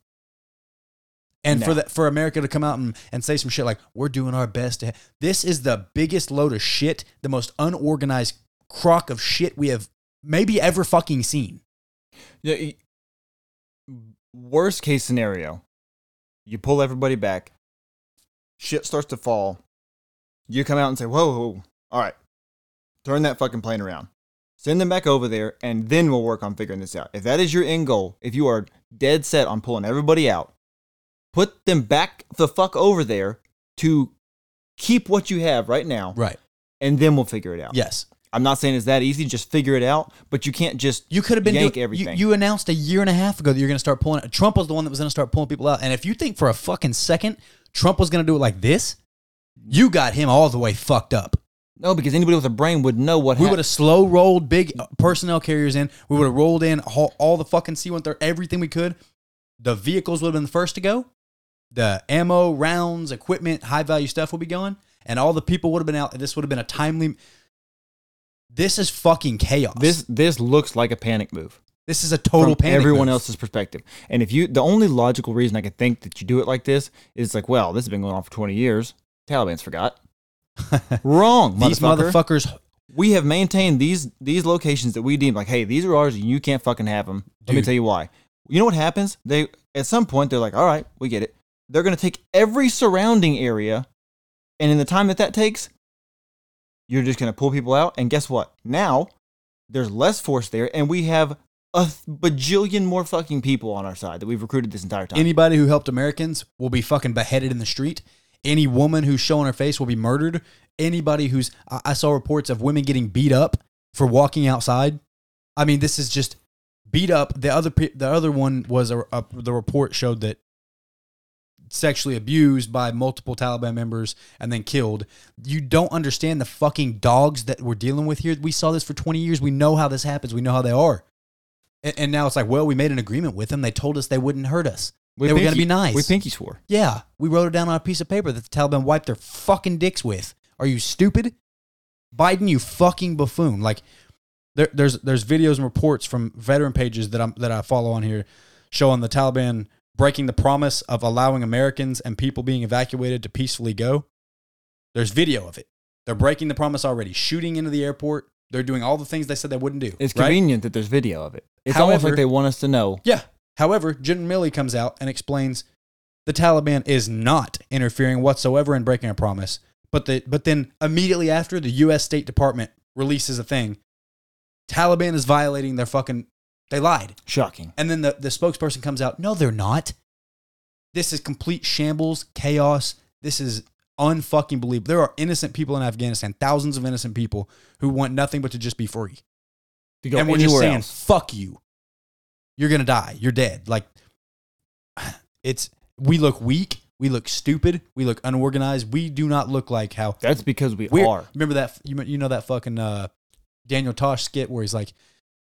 And for
No.
the, for America to come out and, and say some shit like we're doing our best to ha-. this is the biggest load of shit, the most unorganized crock of shit we have maybe ever fucking seen.
Yeah, y- worst case scenario, you pull everybody back, shit starts to fall. You come out and say, whoa, whoa, whoa, all right, turn that fucking plane around. Send them back over there, and then we'll work on figuring this out. If that is your end goal, if you are dead set on pulling everybody out, put them back the fuck over there to keep what you have right now,
Right.
and then we'll figure it out.
Yes.
I'm not saying it's that easy, just figure it out, but you can't just
You could have been
yank
doing-
everything.
You, you announced a year and a half ago that you're going to start pulling. Trump was the one that was going to start pulling people out. And if you think for a fucking second Trump was going to do it like this, you got him all the way fucked up.
No, because anybody with a brain would know what
We
hap-
would have slow rolled big uh, personnel carriers in. We would have rolled in all, all the fucking C-130, everything we could. The vehicles would have been the first to go. The ammo, rounds, equipment, high value stuff would be going, and all the people would have been out. This would have been a timely. This is fucking chaos.
This this looks like a panic move.
this is a total
from
panic.
everyone
move.
else's perspective. And if you, the only logical reason I could think that you do it like this is like, well, this has been going on for 20 years. Taliban's forgot. Wrong,
These
motherfucker.
motherfuckers
we have maintained these these locations that we deem like, hey, these are ours, and you can't fucking have them. Let me
Dude.
tell you why. You know what happens? They at some point they're like, all right, we get it. They're gonna take every surrounding area, and in the time that that takes, you're just gonna pull people out. And guess what? Now there's less force there, and we have a th- bajillion more fucking people on our side that we've recruited this entire time.
Anybody who helped Americans will be fucking beheaded in the street. Any woman who's showing her face will be murdered. Anybody who's I, I saw reports of women getting beat up for walking outside. I mean, this is just beat up. The other pe- the other one was a, a, the report showed that sexually abused by multiple Taliban members and then killed. You don't understand the fucking dogs that we're dealing with here. We saw this for 20 years. We know how this happens. We know how they are. And, and now it's like, well, we made an agreement with them. They told us they wouldn't hurt us.
we
they were
pinky-
gonna be nice.
We pinky swore.
Yeah, we wrote it down on a piece of paper that the Taliban wiped their fucking dicks with. Are you stupid? Biden, you fucking buffoon. Like there, there's there's videos and reports from veteran pages that I'm that I follow on here showing the Taliban breaking the promise of allowing Americans and people being evacuated to peacefully go. There's video of it. They're breaking the promise already, shooting into the airport. They're doing all the things they said they wouldn't do.
It's
right?
convenient that there's video of it. It's almost
However-
like they want us to know.
Yeah. However, General Milley comes out and explains the Taliban is not interfering whatsoever in breaking a promise. But the but then immediately after the US State Department releases a thing, Taliban is violating their fucking they lied.
Shocking.
And then the, the spokesperson comes out, no, they're not. This is complete shambles, chaos. This is unfucking believable. There are innocent people in Afghanistan, thousands of innocent people who want nothing but to just be free
To go
and we're just
anywhere
saying,
else.
fuck you. You're gonna die. You're dead. Like it's we look weak. We look stupid. We look unorganized. We do not look like how
That's because we
we're,
are.
Remember that you you know that fucking uh, Daniel Tosh skit where he's like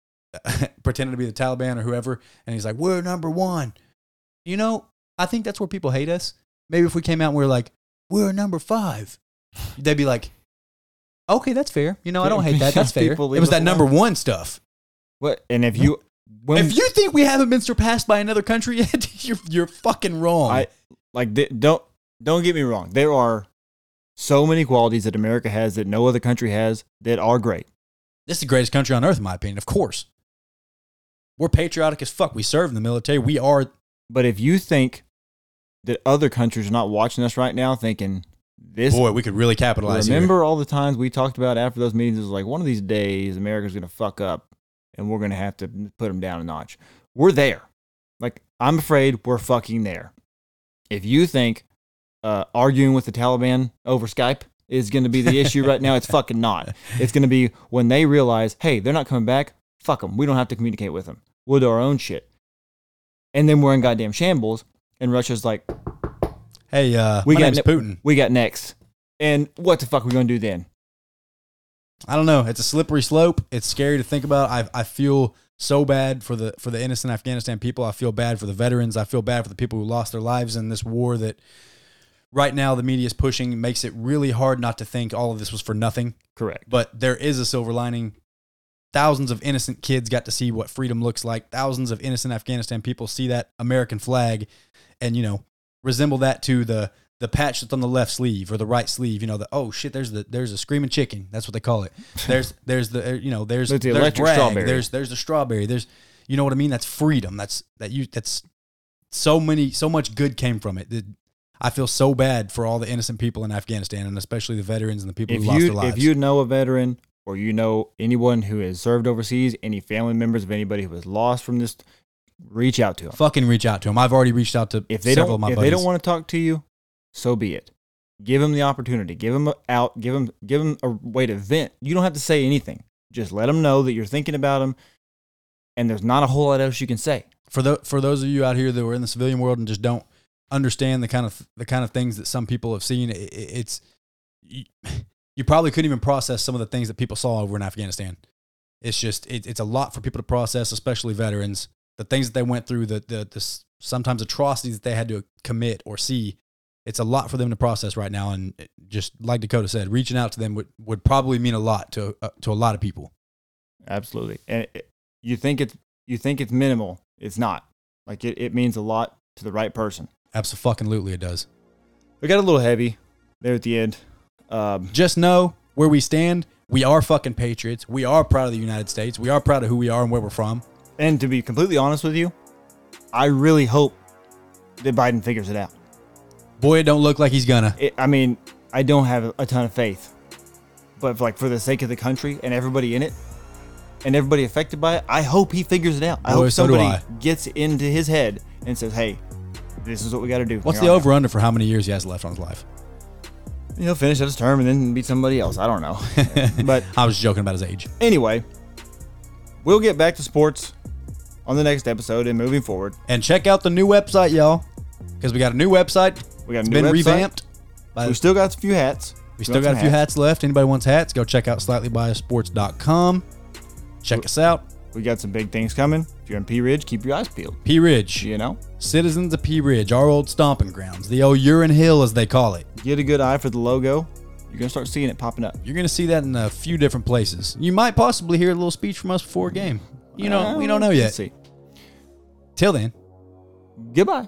pretending to be the Taliban or whoever, and he's like, "We're number one." You know, I think that's where people hate us. Maybe if we came out and we are like, "We're number five, they'd be like, "Okay, that's fair." You know, I don't hate that. That's fair. It
People leave
was
us
that number one stuff.
What? And if you when
if you think we haven't been surpassed by another country yet, you're you're fucking wrong.
I like th- don't don't get me wrong. There are so many qualities that America has that no other country has that are great.
this is the greatest country on earth, in my opinion. Of course, we're patriotic as fuck. We serve in the military. We are
But if you think that other countries are not watching us right now, thinking this.
boy. We could really capitalize. here.
remember all the times we talked about after those meetings? It was like one of these days America's gonna fuck up, and we're gonna have to put them down a notch. We're there. Like I'm afraid we're fucking there. If you think uh, arguing with the Taliban over Skype is gonna be the issue right now, it's fucking not. It's going to be when they realize, hey, they're not coming back. Fuck them. We don't have to communicate with them. We'll do our own shit. And then we're in goddamn shambles. And Russia's like,
Hey, uh,
We
my
got
name's
no-
Putin.
we got next. And what the fuck are we going to do then?
I don't know. It's a slippery slope. It's scary to think about. I I feel so bad for the for the innocent Afghanistan people. I feel bad for the veterans. I feel bad for the people who lost their lives in this war that right now the media is pushing makes it really hard not to think all of this was for nothing.
Correct.
But there is a silver lining. Thousands of innocent kids got to see what freedom looks like. Thousands of innocent Afghanistan people see that American flag and, you know, resemble that to the the patch that's on the left sleeve or the right sleeve, you know, the oh shit, there's the there's a screaming chicken. That's what they call it. There's there's the uh, you know, there's
There's the
there's
electric
Bragg,
strawberry.
There's there's the strawberry. There's you know what I mean? That's freedom. That's that you that's so many so much good came from it. The- I feel so bad for all the innocent people in Afghanistan and especially the veterans and the people
If
who lost their
you,
lives.
if you know a veteran or you know anyone who has served overseas, any family members of anybody who was lost from this, reach out to them.
fucking reach out to them. I've already reached out to
If they
several of
don't,
my
if
buddies.
they don't want to talk to you, so be it. Give them the opportunity. Give them out. Give them. Give them a way to vent. You don't have to say anything. Just let them know that you're thinking about them, and there's not a whole lot else you can say.
for tho- for those of you out here that were in the civilian world and just don't understand the kind of the kind of things that some people have seen, i- i it's you, you probably couldn't even process some of the things that people saw over in Afghanistan. It's just it, it's a lot for people to process, especially veterans. The things that they went through, the the, the s- sometimes atrocities that they had to commit or see. It's a lot for them to process right now, and it- just like Dakota said, reaching out to them would, would probably mean a lot to uh, to a lot of people.
Absolutely. And it, you think it's you think it's minimal. It's not. Like it, it means a lot to the right person.
Absolutely, it does.
We got a little heavy there at the end. Um,
just know where we stand. We are fucking patriots. We are proud of the United States. We are proud of who we are and where we're from.
and to be completely honest with you, I really hope that Biden figures it out.
Boy, it don't look like he's gonna.
it, I mean, I don't have a ton of faith, but for, like for the sake of the country and everybody in it, and everybody affected by it, I hope he figures it out. I
Boy,
hope
so do
somebody
I.
gets into his head and says, "Hey, this is what we got to do." from
What's
here
the
on out."
over under for how many years he has left on his life?
He'll finish his term and then beat somebody else. I don't know, but
I was joking about his age.
anyway, we'll get back to sports on the next episode and moving forward.
And check out the new website, y'all, because we got a new website.
We got a
It's
new
been
website.
revamped. By,
We still got a few hats.
we still got a few hats left. Anybody wants hats? Go check out slightlybiasports.com. Check us out.
We got some big things coming. If you're in P Ridge, keep your eyes peeled.
P Ridge,
You know.
citizens of P Ridge, our old stomping grounds, the old urine hill as they call it.
get a good eye for the logo, you're gonna start seeing it popping up.
You're going to see that in a few different places. You might possibly hear a little speech from us before a game. You know, we don't know
We'll
yet.
See.
Till then.
Goodbye.